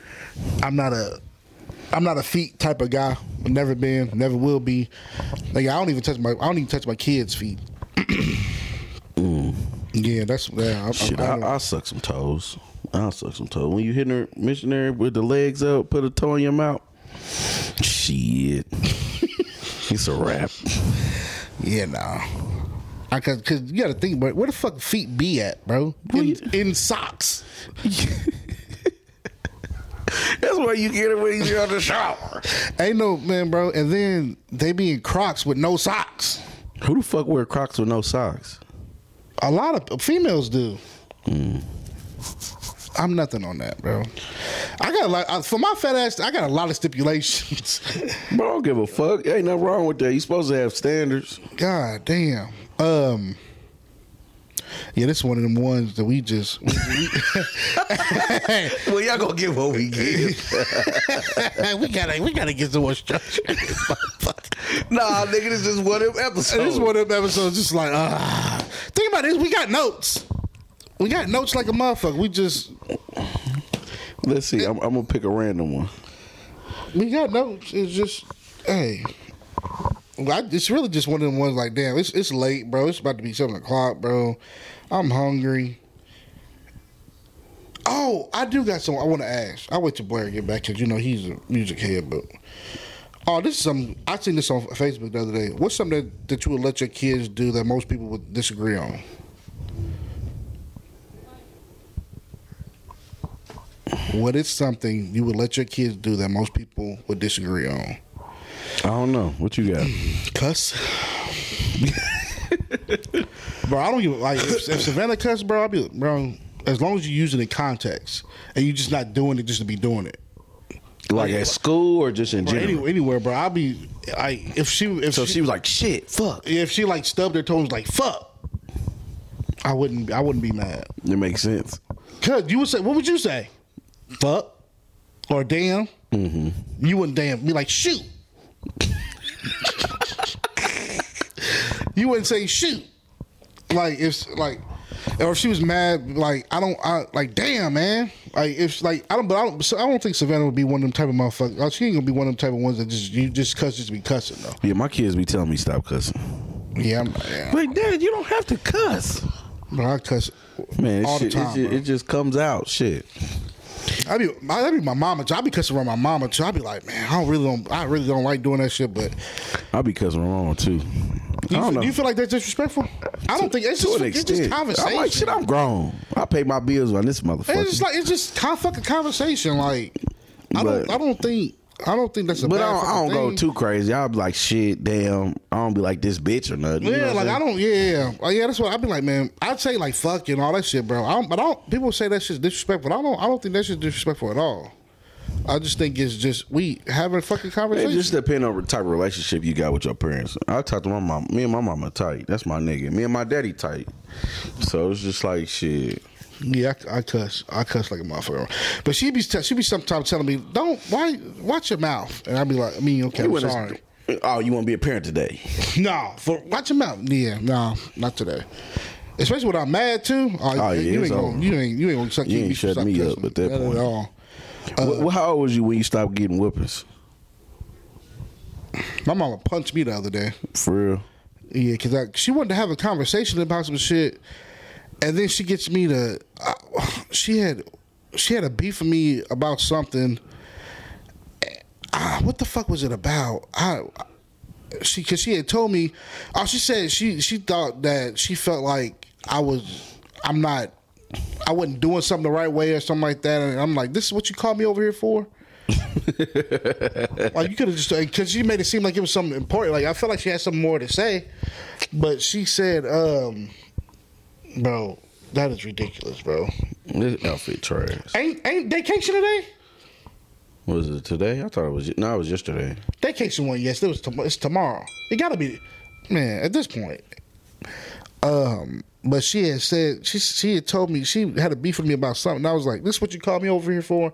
S2: I'm not a, I'm not a feet type of guy. Never been, never will be. Like I don't even touch my, I don't even touch my kids' feet. Yeah, that's yeah. I'm,
S3: Shit,
S2: I'm,
S3: I,
S2: I'm,
S3: I, will suck some toes. I'll suck some toes. When you hitting her missionary with the legs up, put a toe in your mouth. Shit, it's a wrap.
S2: yeah, nah. I cause, cause you gotta think, but where the fuck feet be at, bro? In, in socks.
S3: That's why you get it when you're out the shower.
S2: Ain't no man, bro. And then they be in Crocs with no socks.
S3: Who the fuck wear Crocs with no socks?
S2: A lot of females do. I'm nothing on that, bro. I got a lot I- for my fat ass. I got a lot of stipulations.
S3: Bro, I don't give a fuck. Ain't nothing wrong with that. You supposed to have standards.
S2: God damn. Um. Yeah, this one of them ones that we just. We,
S3: Well, y'all gonna give what we give.
S2: we gotta we gotta get some more structure.
S3: nah, nigga, this is one of them episodes.
S2: this one of them episodes just like ah. Think about this. We got notes. We got notes like a motherfucker. We just
S3: Let's see. I'm, I'm gonna pick a random one.
S2: we got notes. It's just hey. I, it's really just one of them ones like damn. It's it's late, bro. It's about to be seven o'clock, bro. I'm hungry. Oh, I do got some. I want to ask. I'll wait till Blair get back because you know he's a music head. But oh, this is some. I seen this on Facebook the other day. What's something that, that you would let your kids do that most people would disagree on? What is something you would let your kids do that most people would disagree on?
S3: I don't know. What you got?
S2: Cuss. bro, I don't even like if, if Savannah cuss, bro. I'll be like, bro. As long as you use it in context and you're just not doing it just to be doing it.
S3: Like at school or just in
S2: Bro,
S3: general?
S2: any, anywhere, bro. I'll be like if she if
S3: so
S2: she,
S3: she was like, "Shit, fuck."
S2: if she like stubbed her toes like fuck. I wouldn't I wouldn't be mad.
S3: It makes sense.
S2: Cause you would say what would you say? Fuck or damn? You wouldn't damn be like shoot. you wouldn't say shoot. Like if like or if she was mad, like I don't, I like damn man, like if like I don't, but I don't, so I don't think Savannah would be one of them type of motherfuckers. Like, she ain't gonna be one of them type of ones that just you just cuss just be cussing though.
S3: Yeah, my kids be telling me stop cussing.
S2: Yeah, I'm, yeah.
S3: Like, Dad, you don't have to cuss.
S2: but I cuss
S3: Man,
S2: all
S3: shit,
S2: the time.
S3: it, ju-
S2: bro.
S3: it just comes out. Shit.
S2: I be I be my mama. I be cussing around my mama. too. I be like, man, I don't really don't. I really don't like doing that shit. But
S3: I'll be cussing wrong too.
S2: do
S3: I
S2: you,
S3: don't
S2: feel,
S3: know.
S2: do you feel like that's disrespectful? I don't think it's just, it's just conversation.
S3: I'm like, shit, I'm grown. I pay my bills on this motherfucker.
S2: it's just like it's just con- fucking conversation. Like I don't.
S3: But-
S2: I don't think. I don't think that's a
S3: but
S2: bad
S3: I don't, I
S2: fucking
S3: don't go
S2: thing.
S3: too crazy. I'll be like, shit, damn. I don't be like this bitch or nothing. You know
S2: Yeah,
S3: what
S2: like I
S3: I'm
S2: don't. Yeah, yeah, yeah. Like, yeah. That's what I've been like, man. I'd say like fuck you and all that shit, bro. I don't, but I don't. People say that shit's disrespectful. I don't. I don't think that shit's disrespectful at all. I just think it's just we having a fucking
S3: saying?
S2: conversation.
S3: It just depends on the type of relationship you got with your parents. I talk to my mom. Me and my mama tight. That's my nigga. Me and my daddy tight. So it's just like shit.
S2: yeah, I, I cuss. I cuss like a motherfucker. But she be te- she be sometimes telling me, don't why watch your mouth, and I'd be like, I mean, okay, I'm
S3: wanna-
S2: sorry.
S3: Oh, you want to be a parent today?
S2: No, for watch your mouth. Yeah, no, not today. Especially when I'm mad too. Oh,
S3: yeah,
S2: you
S3: it's
S2: ain't gonna,
S3: over.
S2: you ain't you ain't gonna suck
S3: You ain't shutting me up at that
S2: At
S3: point.
S2: all.
S3: Wh- wh- how old was you when you stopped getting whoopings?
S2: My mama punched me the other day.
S3: For real?
S2: Yeah, because she wanted to have a conversation about some shit, and then she gets me to. Uh, she had, she had a beef with me about something. Ah, what the fuck was it about? I, she because she had told me. Oh, she said she she thought that she felt like I was. I'm not. I wasn't doing something the right way or something like that, and I'm like, this is what you called me over here for. Like you could have just because she made it seem like it was something important. Like I felt like she had something more to say, but she said, um, "Bro, that is ridiculous, bro.
S3: This outfit trash.
S2: Ain't ain't vacation today?
S3: Was it today? I thought it was. No, it was yesterday.
S2: Vacation one? Yes, it was. Tom- it's tomorrow. It got to be, man. At this point, um." But she had said she she had told me she had a beef with me about something. I was like, "This is what you called me over here for?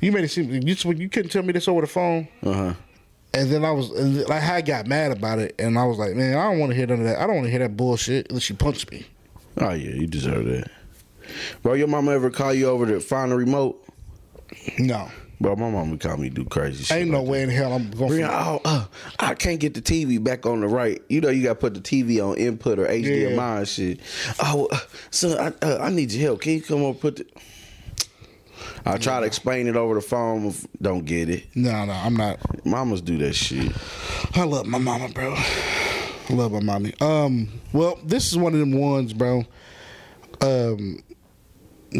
S2: You made it seem you, you couldn't tell me this over the phone."
S3: Uh huh.
S2: And then I was and then, like, I got mad about it, and I was like, man, I don't want to hear none of that. I don't want to hear that bullshit. And she punched me.
S3: Oh yeah, you deserve that. Bro, your mama ever call you over to find the remote?
S2: No,
S3: Bro, my mama call me do crazy shit.
S2: ain't no way in hell I'm going.
S3: Bring-
S2: to
S3: oh, uh, I can't get the TV back on the right. You know, you got to put the TV on input or HDMI and shit. Oh, uh, son, I, uh, I need your help. Can you come over put the. I try to explain it over the phone. If don't get it.
S2: No, no, I'm not.
S3: Mamas do that shit.
S2: I love my mama, bro. I love my mommy. Um, well, this is one of them ones, bro. Um,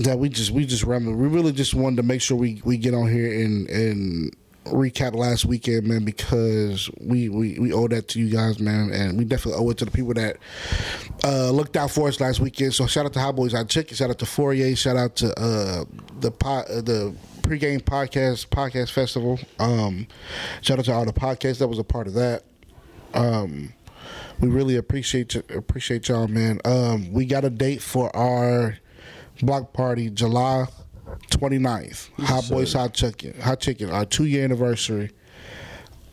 S2: that we just we just rambling. We really just wanted to make sure we we get on here and and recap last weekend, man, because we we we owe that to you guys, man, and we definitely owe it to the people that uh looked out for us last weekend. So shout out to High Boys I Chicken, shout out to Fourier, shout out to uh the pot uh, the pregame podcast podcast festival. Um, shout out to all the podcasts that was a part of that. Um, we really appreciate y- appreciate y'all, man. Um, we got a date for our block party, July 29th. Hot Boys Hot Chicken, Hot Chicken, our two year anniversary.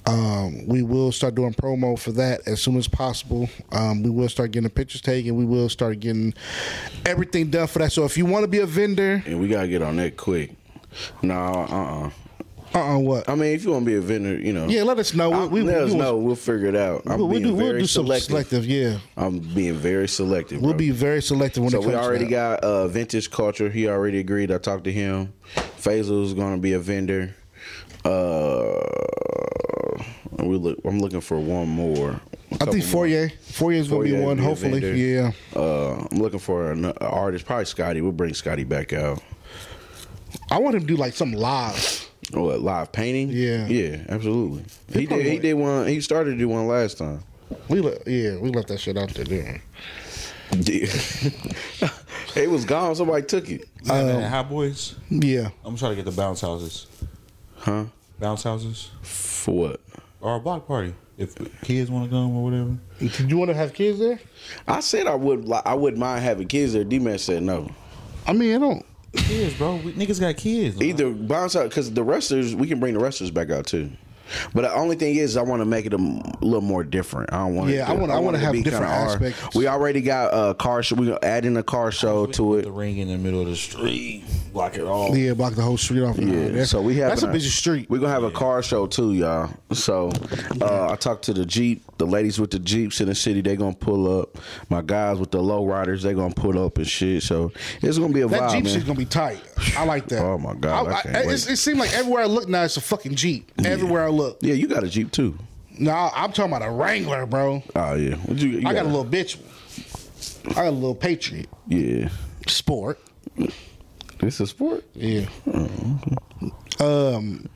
S2: Um, we will start doing promo for that as soon as possible. Um, we will start getting the pictures taken. We will start getting everything done for that. So if you want to be a vendor,
S3: And we got to get on that quick. No, uh uh
S2: uh, uh what?
S3: I mean, if you want to be a vendor, you know.
S2: Yeah, let us know. We-
S3: I'll-
S2: we-
S3: let
S2: we
S3: us
S2: will-
S3: know. We'll figure it out. I'm
S2: We'll, we'll
S3: being
S2: do,
S3: very
S2: we'll do some
S3: selective.
S2: selective. yeah.
S3: I'm being very selective.
S2: We'll
S3: bro.
S2: be very selective when
S3: So
S2: it comes
S3: we already
S2: to that.
S3: got uh, vintage culture. He already agreed. I talked to him. Faisal's gonna be a vendor. Uh, we look. I'm looking for one more. A
S2: I
S3: couple
S2: think Fourier, Fourier's gonna be
S3: Fourier
S2: one.
S3: be a
S2: hopefully,
S3: vendor.
S2: yeah.
S3: more. Uh, I'm looking for an, an artist. Probably Scotty. We'll bring Scotty back out.
S2: I want him to do like something live.
S3: Oh, a live painting.
S2: Yeah.
S3: Yeah. Absolutely. He, did.
S2: probably
S3: He
S2: won't-
S3: did one. He started to do one last time.
S2: We le- yeah, we left that shit out there. Didn't
S3: Yeah. it was gone. Somebody took it.
S2: Um,
S4: Hot boys.
S2: we? Yeah,
S4: I'm trying to get the bounce houses.
S3: Huh?
S4: Bounce houses
S3: For what?
S4: or a block party if kids want to come or whatever.
S2: do you want to have kids there?
S3: I said I would. li- I wouldn't mind having kids there. D man said no.
S2: I mean, I don't.
S4: Kids, bro. We, niggas got kids.
S3: Either bounce out because the wrestlers we can bring the wrestlers back out too. But the only thing is, I want to make it a m- little more different. I don't want.
S2: Yeah, I wanna- I wanna have different aspects.
S3: We already got a car show. We gonna add in a car show to it.
S4: The ring in the middle of the street, block it off.
S2: Yeah, block the whole street off. Yeah,
S3: Yeah,
S2: that's,
S3: so we have
S2: that's a busy street.
S3: We're gonna have a car show too, y'all. So uh, I talked to the Jeep, the ladies with the Jeeps in the city, they gonna pull up. My guys with the low riders, they gonna pull up and shit. So it's gonna be a
S2: That
S3: vibe.
S2: Jeep
S3: man.
S2: shit's gonna be tight. I like that.
S3: Oh, my God, I can't
S2: it's-
S3: wait.
S2: it seems like everywhere I look now, it's a fucking Jeep. Everywhere I look.
S3: yeah, you got a Jeep too.
S2: Nah, I'm talking about a Wrangler, bro.
S3: Oh yeah, What you- you
S2: I got a little bitch. one. I got a little Patriot
S3: Yeah,
S2: Sport.
S3: it's a sport.
S2: Yeah. Um.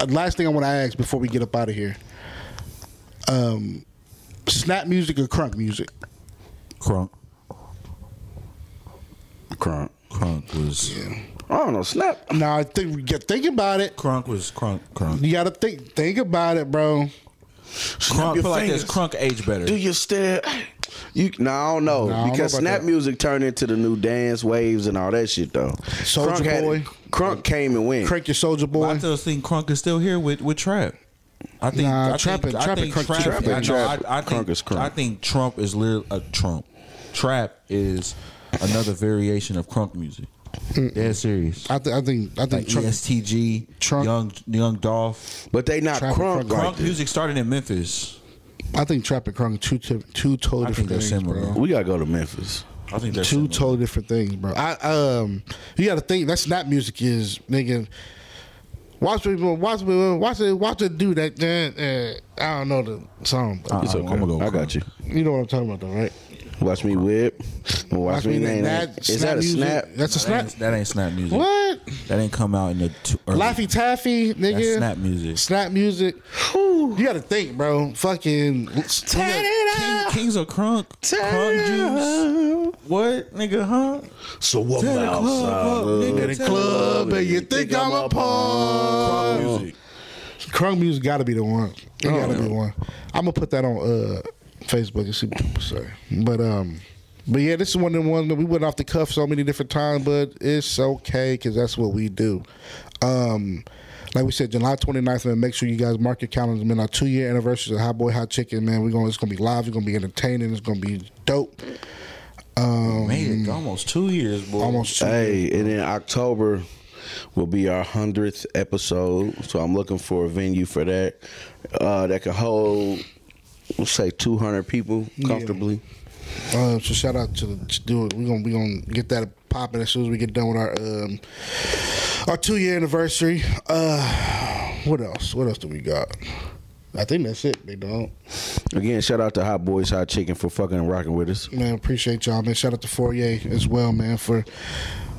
S2: uh, Last thing I want to ask before we get up out of here. Um, snap music or crunk music?
S4: Crunk,
S3: Crunk.
S4: crunk was,
S3: I don't know. Snap.
S2: Nah, I think we get think about it.
S4: crunk was crunk, crunk.
S2: You gotta think think about it, bro.
S4: Crunk,
S3: your
S4: feel like
S3: fingers.
S4: that's crunk age better.
S3: Do you stare? You no, I don't
S2: Nah,
S3: know
S2: I don't know
S3: because
S2: about
S3: snap
S2: that.
S3: music turned into the new dance waves and all that shit though.
S2: Soulja
S3: Crunk had it.
S2: Boy.
S3: Crunk came and went.
S2: Crank your soldier
S4: But
S2: boy.
S4: I still think Crunk is still here with, with Trap. I think
S2: Nah,
S4: I
S2: Trap
S4: think,
S2: and-
S4: I
S2: Trap
S4: think
S2: and Crunk-
S4: Trap.
S3: Trap
S4: I,
S3: and
S4: know, I,
S3: Trap.
S4: I think
S3: Crunk is Crunk.
S4: I think Trump is literally a Trump. Trap is another variation of Crunk music. Dead serious.
S2: I, th- I think I think
S4: Like E
S2: Trump-
S4: ESTG,
S2: Trunk.
S4: Young Young Dolph.
S3: But they not
S2: Traffic
S3: crunk,
S2: crunk.
S3: like
S4: Crunk
S3: that.
S4: music started in Memphis.
S2: I think Trap and Crunk are two ti- two totally
S4: I
S2: different
S4: think they're
S2: things,
S4: similar.
S2: bro.
S3: We gotta go to Memphis.
S4: I think they're
S2: Two totally different things, bro. I um, you got to think that snap music is nigga. Watch me, watch me, watch it, watch it do that. Uh, uh, I don't know the song, but
S3: It's
S4: I'm
S3: okay.
S4: gonna go
S3: I got
S4: crunk.
S3: you.
S2: you know what I'm talking about, though, right?
S3: Watch me whip. Watch, me name.
S2: that-
S3: that. Is that a
S2: music-
S3: snap?
S2: That's a
S4: That
S2: snap.
S4: ain't, that ain't snap music.
S2: What?
S4: That ain't come out in the two, early.
S2: Laffy Taffy, nigga.
S4: That's snap music.
S2: Snap music. You got to think, bro. Fucking turn
S4: King, Kings of Crunk. Crunk juice. What nigga? Huh?
S3: So what
S4: Tell the club up, nigga,
S2: the
S4: tell
S2: club and you think I'm a punk.
S4: Music.
S2: Crunk music got to be the one. It got to be the one. I'm gonna put that on uh, Facebook and see what people say. But um, but yeah, this is one of the ones that we went off the cuff so many different times, but it's okay because that's what we do. Um. Like we said, July 29th, man, make sure you guys mark your calendars, man. Our two year anniversary of Hot Boy Hot Chicken, man. We're going, it's going to be live, it's going to be entertaining, it's going to be dope.
S4: Made it almost two years, boy.
S2: Mm. Almost two
S3: Hey, and then October will be our hundredth episode. So I'm looking for a venue for that. Uh, that can hold let's say two hundred people comfortably.
S2: Uh, so shout out to, the- to do it. We're gonna we gonna get that popping as soon as we get done with our um, our two year anniversary. Uh, what else? What else do we got? I think that's it. They don't.
S3: Again, shout out to Hot Boys Hot Chicken for fucking rocking with us.
S2: Man, appreciate y'all, man. Shout out to Fourier as well, man, for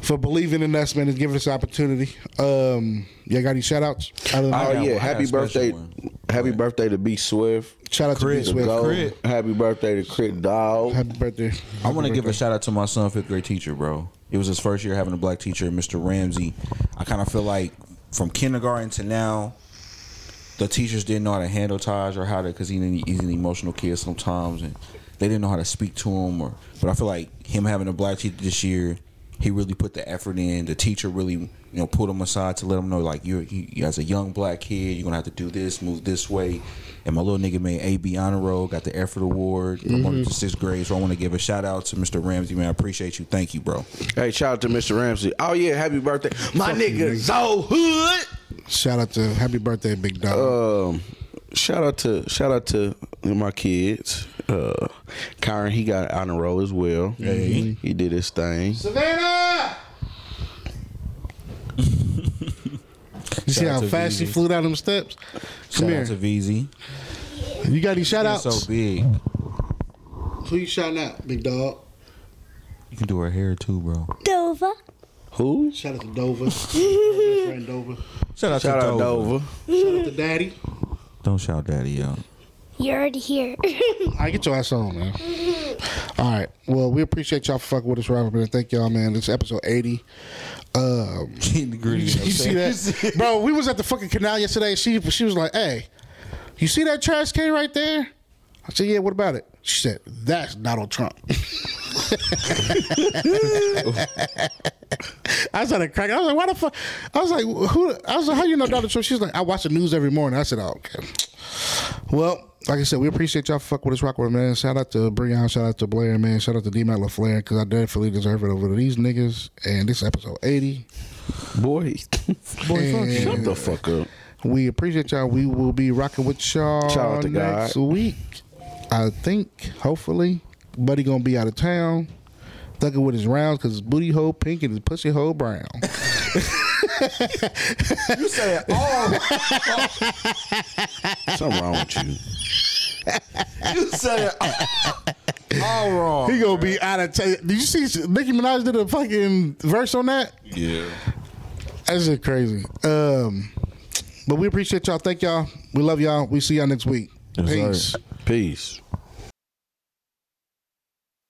S2: for believing in us, man, and giving us the opportunity. Um, yeah, got any shout outs? Other than
S3: Oh
S2: that,
S4: got
S3: yeah,
S4: one. I
S3: happy
S4: got a special
S3: birthday,
S4: one.
S3: happy birthday to B Swift.
S2: shout out to B
S4: Chris,
S2: Swift.
S3: Go.
S4: Crit.
S3: Happy birthday to Crit Dog.
S2: Happy birthday.
S4: I want to give a shout out to my son, fifth grade teacher, bro. It was his first year having a black teacher, Mr. Ramsey. I kind of feel like from kindergarten to now, the teachers didn't know how to handle Taj or how to, because he didn't- he's an emotional kid sometimes, and they didn't know how to speak to him. Or, but I feel like him having a black teacher this year, he really put the effort in. The teacher really, you know, pulled him aside to let him know, like, you're you, you- as a young black kid, you're gonna have to do this, move this way. And my little nigga made AB honor roll, got the effort award, promoted to sixth grade. So I want to give a shout out to Mr. Ramsey, man. I appreciate you. Thank you, bro.
S3: Hey, shout out to Mr. Ramsey. Oh yeah, happy birthday, my nigga Zo Hood.
S2: Shout out to Happy Birthday, Big Dog.
S3: Um, shout out to shout out to my kids. Uh, Kyron, he got on the roll as well. He did his thing.
S2: Savannah. You see
S4: Shout out
S2: how
S4: to
S2: fast she
S4: VZ.
S2: flew down them steps? Come
S4: shout
S2: here.
S4: out to VZ.
S2: You got any shout
S4: That's
S2: outs?
S4: so big.
S2: Who you shouting out, big dog?
S4: You can do her hair too, bro.
S1: Dover.
S3: Who?
S2: Shout out to Dover. My best friend Dover.
S4: Shout out
S3: Shout
S4: to
S3: out Dover.
S2: Shout out to Daddy.
S4: Don't shout daddy out.
S1: You're already here.
S2: I get your ass on, man. All right. Well, we appreciate y'all for fucking with us, Robert. Man. Thank y'all, man. This is episode 80. Um, you, you see that? Bro, we was at the fucking canal yesterday. She she was like, hey, you see that trash can right there? I said, yeah, what about it? She said, "That's Donald Trump." I started cracking. I was like, "Why the fuck?" I was like, "Who?" I was like, "How you know Donald Trump?" She's like, "I watch the news every morning." I said, "Oh, okay." Well, like I said, we appreciate y'all. Fuck with us, rock with us, man. Shout out to Breon. Shout out to Blair, man. Shout out to D Matt LaFlair because I definitely deserve it over these niggas. And this is episode eighty.
S3: Boy,
S2: Boy, fuck you.
S3: shut the fuck up.
S2: We appreciate y'all. We will be rocking with y'all
S3: Shout out to
S2: next
S3: God.
S2: week. I think, hopefully, Buddy gonna be out of town. Thugging with his rounds because his booty hole pink and his pussy hole brown.
S4: You said all.
S3: Something wrong with you.
S4: You said all, all wrong.
S2: he gonna be out of town. Did you see Nicki Minaj did a fucking verse on that?
S4: Yeah.
S2: That's just crazy. Um, but we appreciate y'all. Thank y'all. We love y'all. We see y'all next week.
S3: Yes,
S2: Peace.
S3: sir. Peace.